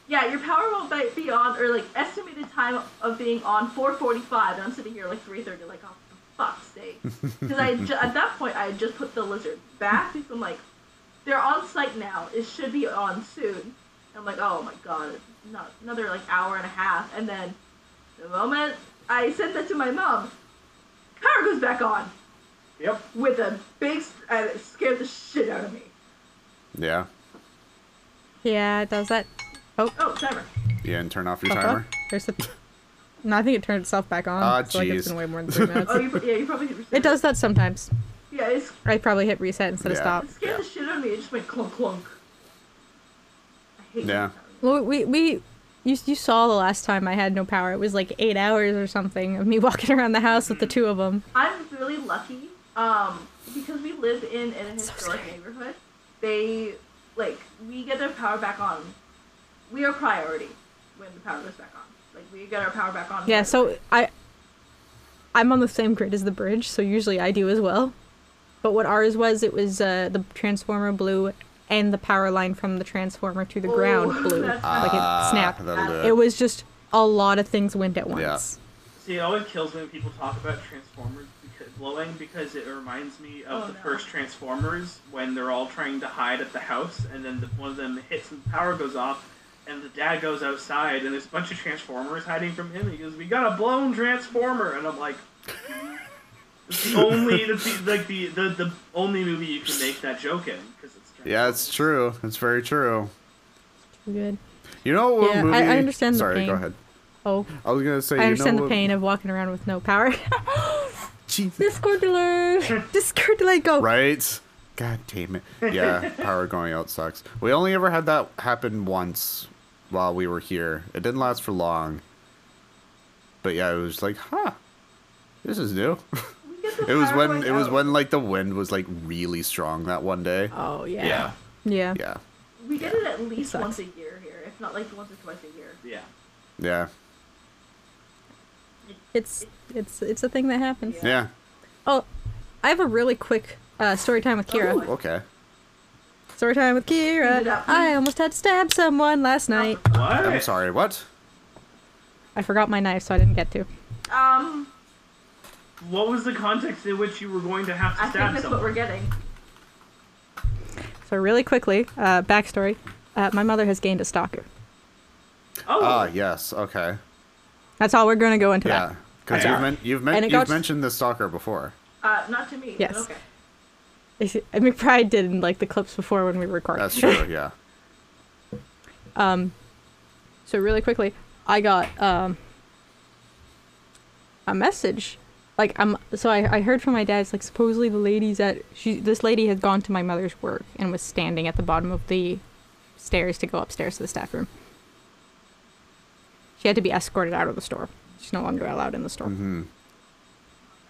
D: yeah, your power won't be- be on, or like estimated time of being on 4:45, and I'm sitting here like 3:30, like, oh, for fuck's sake, because I had ju- at that point I had just put the lizard back because I'm like, they're on site now. It should be on soon. And I'm like, oh my god, it's not another like hour and a half, and then the moment I sent that to my mom, power goes back on
C: Yep.
D: with a big, s- and it scared the shit out of me.
A: Yeah.
B: Yeah, it does that.
D: Oh, timer.
A: Yeah, and turn off your
B: Fuck off.
A: timer.
B: There's the. No, I think it turned itself back on.
A: Ah,
B: so like it's
A: jeez.
B: been way more than three minutes.
D: Oh, you, pr- yeah, you probably hit reset.
B: It does that sometimes.
D: Yeah, it's,
B: I probably hit reset instead of
A: Yeah.
B: stop.
D: it scared the shit out of me. It just went clunk clunk. I hate
A: Yeah.
D: that.
B: Well, we we you you saw the last time I had no power. It was like eight hours or something of me walking around the house with the two of them.
D: I'm really lucky um, because we live in an
B: scary.
D: historic neighborhood. They like we get their power back on. We are priority when the power goes back on. Like we get our power back on.
B: Yeah, so I I'm on the same grid as the bridge, so usually I do as well. But what ours was, it was uh, the transformer blue and the power line from the transformer to the
D: Ooh,
B: ground blue.
D: that's
B: Like it
A: Ah,
B: snapped.
A: that'll do it.
B: It was just a lot of things went at once.
C: See, it always kills me when people talk about Transformers because, blowing because it reminds me of
D: Oh,
C: the
D: no.
C: first Transformers when they're all trying to hide at the house and then the, one of them hits and the power goes off and the dad goes outside and there's a bunch of Transformers hiding from him. He goes, "We got a blown Transformer," and I'm like. It's the only, that's the, like the, the the only movie you can make that joke in because it's
A: Yeah, it's true. It's very true.
B: Good.
A: You know what
B: Yeah, I-
A: movie?
B: I understand the
A: Sorry,
B: pain.
A: go ahead.
B: Oh,
A: I was gonna say.
B: I
A: you
B: understand
A: know
B: the
A: what-
B: pain of walking around with no power.
A: Jesus.
B: Discord alert! Discord alert, go!
A: Right? God damn it. Yeah, power going out sucks. We only ever had that happen once while we were here. It didn't last for long. But yeah, it was like, huh. This is new.
D: We get the
A: It was
D: power
A: when
D: going
A: it was
D: out.
A: when like the wind was like really strong that one day.
B: Oh, yeah.
A: Yeah.
B: Yeah.
A: Yeah.
D: we get it at least
B: Sucks.
D: once a year here, if not like once or twice a year.
C: yeah.
A: Yeah.
B: It's, it's, it's a thing that happens.
D: Yeah.
A: Yeah.
B: Oh, I have a really quick uh, story time with Kira.
D: Ooh.
A: Okay.
B: Story time with
D: Speed it
B: Kira.
D: up.
B: I almost had to stab someone last night.
C: What?
A: I'm sorry, what?
B: I forgot my knife, so I didn't get to.
D: Um,
C: What was the context in which you were going to have to
D: I think
C: stab
D: that's what
C: someone?
D: we're getting.
B: So really quickly, uh, backstory: uh, my mother has gained a stalker.
C: Oh,
A: Ah, yes, okay.
B: That's all we're going to go into
A: Yeah.
B: that.
A: Because
C: Yeah.
A: you've, men- you've, men-
B: And it
A: you've
B: got-
A: mentioned the stalker before.
D: Uh, not to me.
B: Yes.
D: But okay.
B: I see- I mean, Pride did in like the clips before when we recorded.
A: That's true, yeah.
B: Um, so really quickly, I got um, a message. Like I'm, so I, I heard from my dad. It's like supposedly the lady's at she. This lady had gone to my mother's work and was standing at the bottom of the stairs to go upstairs to the staff room. She had to be escorted out of the store. She's no longer allowed in the store.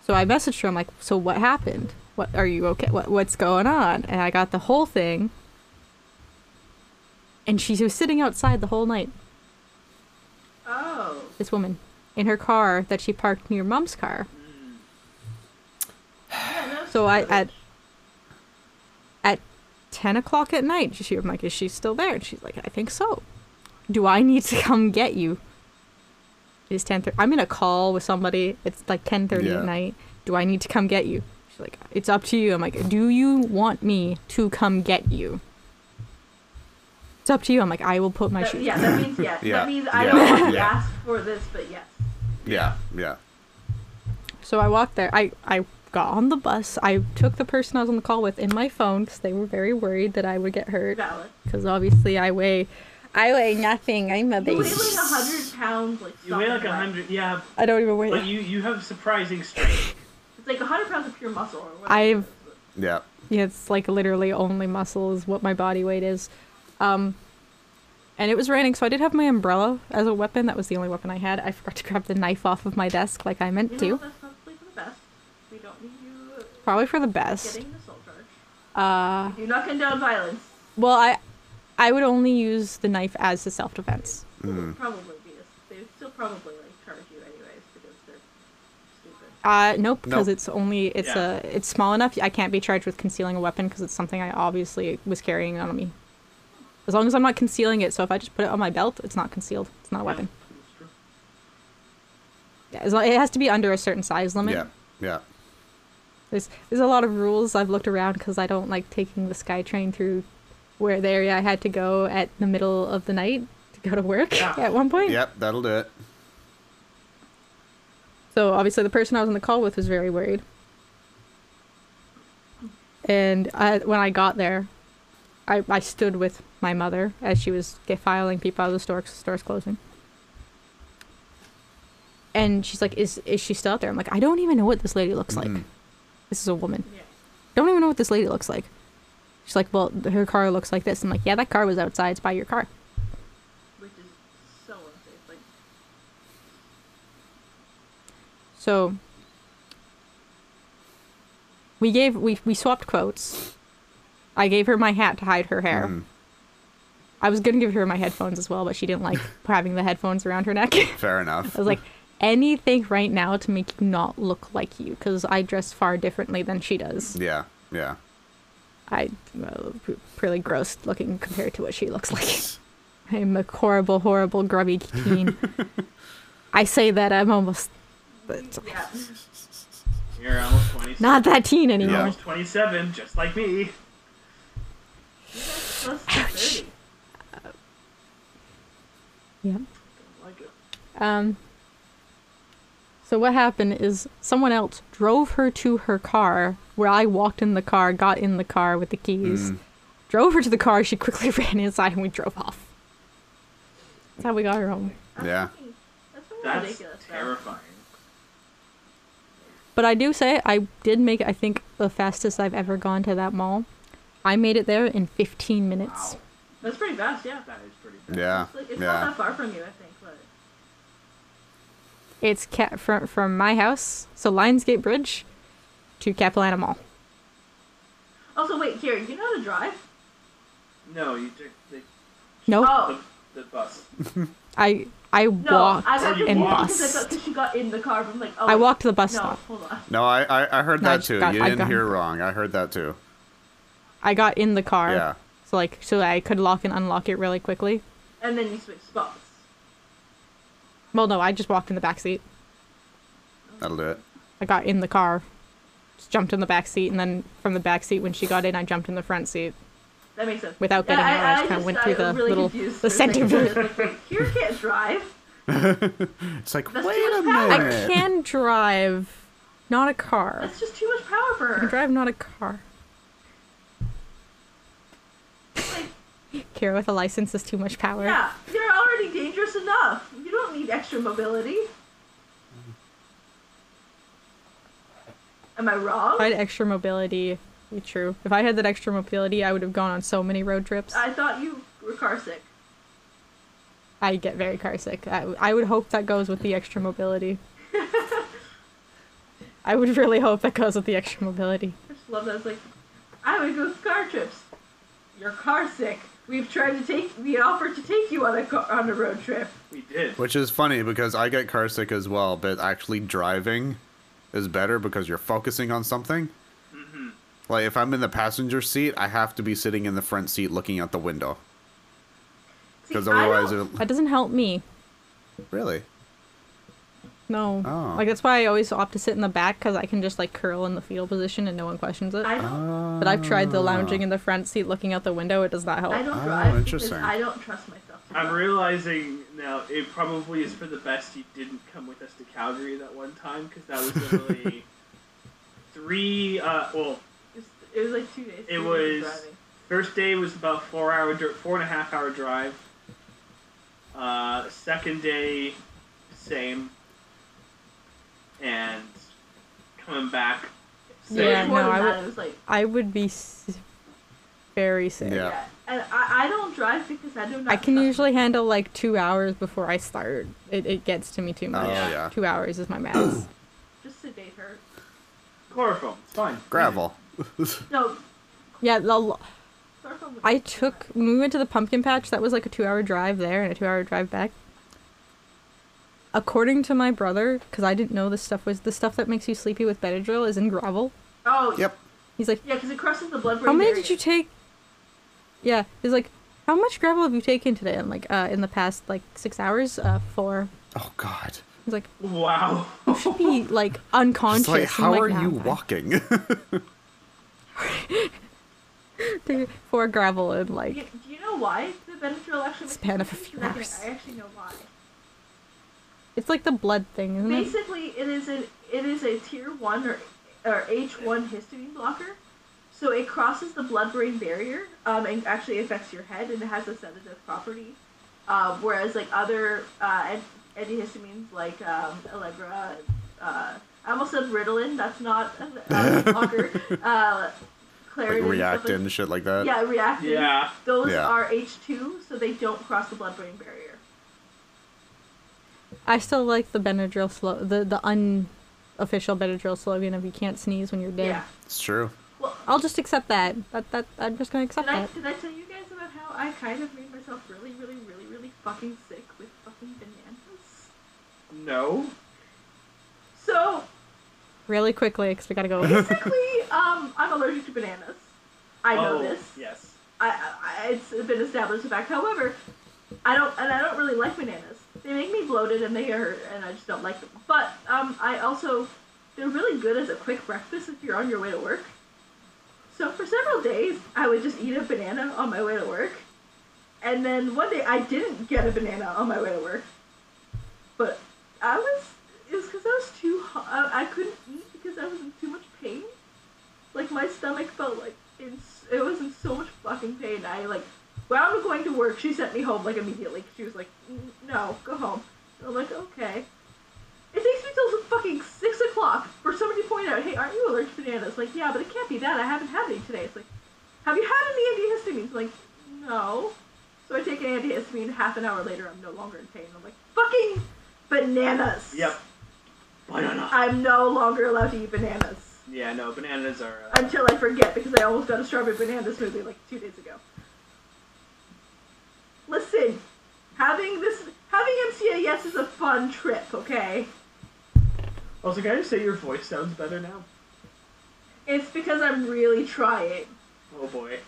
B: So I messaged her. I'm like, so what happened? What are you okay? What what's going on? And I got the whole thing. And she was sitting outside the whole night
D: Oh.
B: this woman in her car that she parked near mom's car.
D: Yeah, no,
B: So I at at ten o'clock at night, she I'm like, is she still there? And she's like, I think so. Do I need to come get you? It is ten thirty. I'm in a call with somebody. It's like ten thirty
A: Yeah.
B: at night. Do I need to come get you? She's like, it's up to you. I'm like, do you want me to come get you? It's up to you. I'm like, I will put my
D: That,
B: shoes.
D: yeah, that means yes.
A: Yeah.
D: That means I
A: Yeah.
D: don't want to
A: Yeah.
D: ask for this, but yes.
A: Yeah, yeah.
B: So I walked there. I, I got on the bus. I took the person I was on the call with in my phone because they were very worried that I would get hurt.
D: Valid.
B: Because obviously I weigh, I weigh nothing. I'm a
D: You weigh like
B: baby.
D: a hundred pounds, like
C: you weigh like
D: solid
C: a
D: weight.
C: hundred. Yeah,
B: I don't even weigh.
C: but you you have surprising strength.
D: It's like a hundred pounds of pure muscle. Or whatever.
B: I've
A: Yeah.
B: yeah, it's like literally only muscle is what my body weight is. Um, and it was raining, so I did have my umbrella as a weapon. That was the only weapon I had. I forgot to grab the knife off of my desk like I meant
D: You know,
B: to.
D: that's probably for the best. We don't need you
B: Probably for the best.
D: getting an assault charge.
B: Uh,
D: Do not condone violence.
B: well, I, I would only use the knife as a self-defense.
D: It
A: Mm-hmm. Hmm.
D: would Probably be. A, they would still probably like charge you anyways because they're stupid.
B: Uh, nope, because
A: Nope.
B: it's only it's
C: Yeah.
B: a it's small enough. I can't be charged with concealing a weapon because it's something I obviously was carrying on me. As long as I'm not concealing it, so if I just put it on my belt, it's not concealed. It's not a weapon. Yeah, as long, it has to be under a certain size limit.
A: Yeah. Yeah.
B: There's there's a lot of rules I've looked around because I don't like taking the SkyTrain through where the area I had to go at the middle of the night to go to work
C: Yeah.
B: at one point.
A: Yep, that'll do it.
B: So obviously, the person I was on the call with was very worried. And I, when I got there, I, I stood with my mother as she was get- filing people out of the store 'cause the store's closing. And she's like, "Is is she still out there?" I'm like, "I don't even know what this lady looks like. This is a woman.
D: Yeah.
B: Don't even know what this lady looks like." She's like, "Well, her car looks like this." I'm like, "Yeah, that car was outside. It's by your car."
D: Which is so annoying.
B: So we gave we we swapped quotes. I gave her my hat to hide her hair.
A: Mm,
B: I was gonna give her my headphones as well, but she didn't like having the headphones around her neck.
A: fair enough.
B: I was like, anything right now to make you not look like you, because I dress far differently than she does.
A: yeah, yeah.
B: I uh, p- really gross looking compared to what she looks like. I'm a horrible, horrible, grubby teen. I say that I'm almost but
D: Yeah.
C: You're almost 27.
B: not that teen
C: You're
B: anymore.
C: almost 27, just like me.
D: That's close to 30.
B: Yeah.
D: Like, it.
B: Um. So what happened is someone else drove her to her car, where I walked in the car, got in the car with the keys, drove her to the car. She quickly ran inside, and we drove off. That's how we got her home.
D: That's
A: Yeah.
D: fucking- That's fucking
C: That's
D: ridiculous. though.
C: terrifying.
B: But I do say I did make I think the fastest I've ever gone to that mall. I made it there in 15 minutes.
C: Wow.
D: That's pretty fast, yeah.
C: That is pretty bad.
A: Yeah,
D: It's, like, it's not
A: yeah.
D: that far from you, I think. But
B: It's ca- from from my house, so Lionsgate Bridge, to Capilano Mall.
D: also, wait here. You know how to drive?
C: No, you took the,
B: No,
D: Oh
C: the, the bus.
B: I I
D: no,
B: walked
D: I got
C: you
B: and
D: confused
C: walked.
B: bus.
D: because I thought because she got in the car. But I'm like, oh,
B: I
D: wait,
B: walked to the bus
D: No,
B: stop.
D: hold on.
A: No, I I, I heard
B: No, I
A: that
B: just
A: too.
B: got-
A: you
B: I
A: didn't
B: got-
A: hear wrong. I heard that too.
B: I got in the car.
A: Yeah.
B: So like so that I could lock and unlock it really quickly.
D: And then you switch spots.
B: Well, no, I just walked in the back seat.
A: That'll do it.
B: I got in the car, just jumped in the back seat, and then from the back seat when she got in, I jumped in the front seat.
D: That makes sense.
B: Without
D: yeah,
B: getting
D: I,
B: out, I
D: I
B: just kinda went
D: I
B: through
D: was
B: the
D: really
B: little-
D: confused
B: the
D: for a second.
B: center
D: I was like, wait, here can't drive.
A: It's like,
D: That's
A: wait
D: too
A: a
D: much power.
B: I
A: minute.
B: can drive, not a car.
D: That's just too much power for
B: I can
D: her.
B: drive, not a car. Kara with a license is too much power.
D: Yeah, you're already dangerous enough. You don't need extra mobility. Am I wrong?
B: If I had extra mobility, be true. If I had that extra mobility, I would have gone on so many road trips.
D: I thought you were car sick.
B: I get very car sick. I, I would hope that goes with the extra mobility. I would really hope that goes with the extra mobility.
D: I just love that. It's like, I would go car trips. You're car sick. We've tried to take, we offered to take you on a car, on a road trip.
C: We did.
A: Which is funny because I get car sick as well, but actually driving is better because you're focusing on something.
D: Mm-hmm.
A: Like if I'm in the passenger seat, I have to be sitting in the front seat looking out the window
D: See,
A: because
D: I
A: otherwise,
D: don't-
A: it,
B: That doesn't help me.
A: really,
B: No.
A: Oh.
B: Like that's why I always opt to sit in the back because I can just like curl in the fetal position and no one questions it.
D: I don't,
B: but I've tried
A: Ah.
B: the lounging in the front seat, looking out the window. It does not help.
D: I don't
A: Oh,
D: drive because
A: interesting.
D: I don't trust myself. to
C: I'm
D: drive.
C: realizing now it probably is for the best you didn't come with us to Calgary that one time because that was literally three. Uh, well,
D: It's- It was like two days.
C: It
D: three days
C: was-
D: of driving.
C: first day was about four hour, dr- four and a half hour drive. Uh, second day, same. And coming back,
D: Yeah,
C: same.
D: it was
B: Yeah,
D: more
B: no,
D: than
B: I
D: that.
B: would-
D: It was like
B: I would be s- very sick.
A: Yeah.
D: yeah, and I, I don't drive because I do not.
B: I can
D: trust-
B: usually handle like two hours before I start. It, it gets to me too much.
A: Oh, yeah.
B: Two hours is my max.
D: just sedate her.
C: Chloroform, it's fine.
A: gravel.
D: No,
B: yeah, the, l-
D: chloroform would-
B: I took when we went to the pumpkin patch. That was like a two-hour drive there and a two-hour drive back. According to my brother, because I didn't know this stuff was the stuff that makes you sleepy with Benadryl is in gravel.
D: Oh
A: Yep.
B: He's like,
D: Yeah, because it crosses the blood-brain
B: how many
D: barrier.
B: did you take? Yeah, he's like, how much gravel have you taken today? I'm like, uh, in the past like six hours, uh, four.
A: Oh God.
B: He's like,
C: Wow.
B: you should be like
A: It's
B: unconscious.
A: like
B: I'm
A: how are
B: "Nah,
A: you
B: I'm fine."
A: walking?
B: Three- Four gravel and
D: Do you,
B: like
D: do you know why the Benadryl actually makes
B: Span
D: you
B: of a
D: sleepy?
B: few
D: 'Cause I can-
B: hours.
D: I actually know why.
B: it's like the blood thing,
A: Mm-hmm.
B: isn't it?
D: Basically, it is an it is a tier one or or H one histamine blocker, so it crosses the blood-brain barrier um, and actually affects your head, and it has a sedative property. Um, whereas like other uh, an- antihistamines like um, Allegra, uh, I almost said Ritalin. That's not a uh, blocker. Uh,
A: like
D: Claritin,
A: react
D: and
A: and shit like that.
D: yeah, reacting.
C: Yeah.
D: Those
A: Yeah.
D: are H2, so they don't cross the blood-brain barrier.
B: I still like the Benadryl slow, the the un official Benadryl slogan of "You can't sneeze when you're dead."
D: Yeah.
A: It's true.
D: Well,
B: I'll just accept that. That that I'm just gonna accept
D: did I
B: that.
D: did I tell you guys about how I kind of made myself really, really, really, really fucking sick with fucking bananas?
C: No.
D: So
B: Really quickly, because we gotta go.
D: basically, um, I'm allergic to bananas. I know
C: oh,
D: this.
C: yes.
D: I, I, I- it's been established a fact. However, I don't, and I don't really like bananas. They make me bloated and they hurt, and I just don't like them. But um, I also, they're really good as a quick breakfast if you're on your way to work. So for several days, I would just eat a banana on my way to work, and then one day I didn't get a banana on my way to work, but I was, it was because I was too, hu- I, I couldn't eat because I was in too much pain like my stomach felt like in, it was in so much fucking pain. I like, when I'm going to work, she sent me home like immediately. She was like, "N- no, go home. And I'm like, okay. It takes me till fucking six o'clock for somebody to point out, hey, aren't you allergic to bananas? Like, yeah, but it can't be that. I haven't had any today. It's like, have you had any antihistamines? Like, no. So I take an antihistamine. Half an hour later, I'm no longer in pain. I'm like, fucking bananas.
C: Yep. Banana.
D: I'm no longer allowed to eat bananas
C: yeah, no, bananas are. Uh,
D: until I forget because I almost got a strawberry banana smoothie like two days ago. Listen, having this having MCAS is a fun trip, okay?
C: also, can I just say your voice sounds better now?
D: It's because I'm really trying.
C: Oh boy.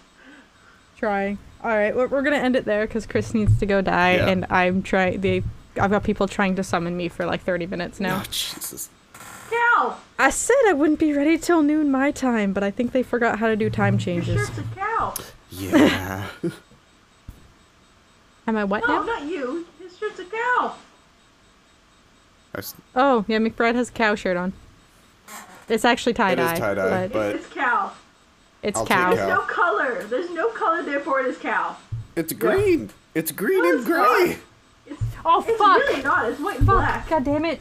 B: Trying. All right, well, we're gonna end it there because Chris needs to go die,
A: Yeah.
B: and I'm trying. They, I've got people trying to summon me for like 30 minutes now.
A: Oh, Jesus.
D: Cow,
B: I said I wouldn't be ready till noon my time, but I think they forgot how to do time
D: your
B: changes.
D: shirt's a cow.
A: Yeah.
B: Am I what
D: No,
B: now?
D: not you. His shirt's a cow.
A: I s-
B: Oh, yeah, McBride has a cow shirt on. It's actually tie
A: It is
B: dye.
A: tie-dye,
B: but
A: but-
D: It's cow.
B: it's
A: I'll take
B: cow.
D: There's no color. There's no color, therefore it is cow.
A: it's green. It's green
D: No,
A: and
D: it's
A: gray.
D: It's
B: Oh,
D: it's
B: fuck.
D: really not. It's white and
B: Fuck,
D: black.
B: god damn it.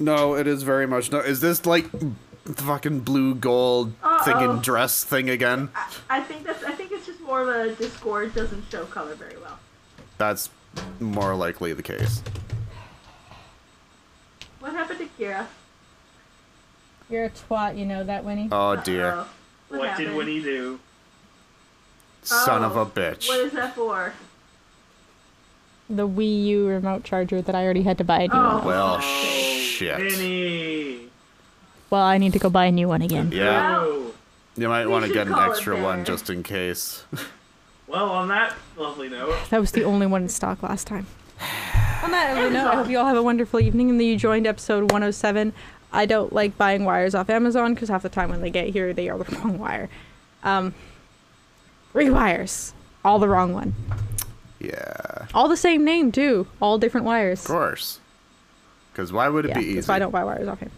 A: No, it is very much. No, is this like the fucking blue gold
D: Uh-oh. Uh,
A: thinking dress thing again?
D: I, I think that's. I think it's just more of a Discord doesn't show color very well.
A: That's more likely the case.
D: What happened to Kira?
B: You're a twat, you know that, Winnie.
A: Oh dear,
D: Uh-oh.
C: What, did
D: Uh, happened?
C: Winnie do?
A: son of
D: Oh,
A: a bitch.
D: What is that for?
B: The Wii U remote charger that I already had to buy a new one.
D: Oh.
A: Well,
C: Oh,
A: shit.
C: Vinny.
B: Well, I need to go buy a new one again.
A: Yeah,
C: Oh.
A: you might
D: We
A: want to
D: should
A: get an
D: call it
A: extra
D: there.
A: one just in case.
C: Well, on that lovely note,
B: That was the only one in stock last time. On that note,
D: Amazon.
B: I hope you all have a wonderful evening and that you joined episode 107. I don't like buying wires off Amazon because half the time when they get here, they are the wrong wire. Um, rewires. All the wrong one.
A: Yeah, of
B: All the same name, too. All different wires.
A: course. Because why would it
B: yeah,
A: be easy?
B: That's why I don't buy wires off him.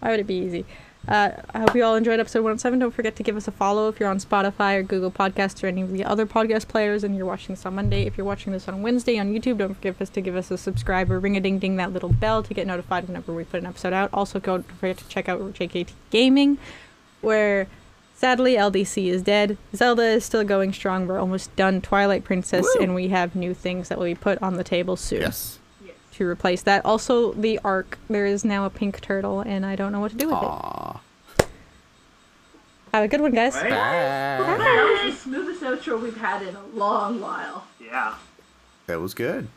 B: Why would it be easy? Uh, I hope you all enjoyed episode 107. Don't forget to give us a follow if you're on Spotify or Google Podcasts or any of the other podcast players and you're watching this on Monday. If you're watching this on Wednesday on YouTube, don't forget us to give us a subscribe or ring a ding ding that little bell to get notified whenever we put an episode out. Also, go, don't forget to check out JKT Gaming, where sadly LDC is dead. Zelda is still going strong. We're almost done Twilight Princess,
A: Woo!
B: and we have new things that will be put on the table soon
A: Yes.
D: Yes.
B: to replace that. Also, the arc. There is now a pink turtle, and I don't know what to do with it.
A: Aw.
B: Have a good one, guys.
A: Bye.
C: right?
D: That was the smoothest outro we've had in a long while.
C: Yeah.
A: That was good.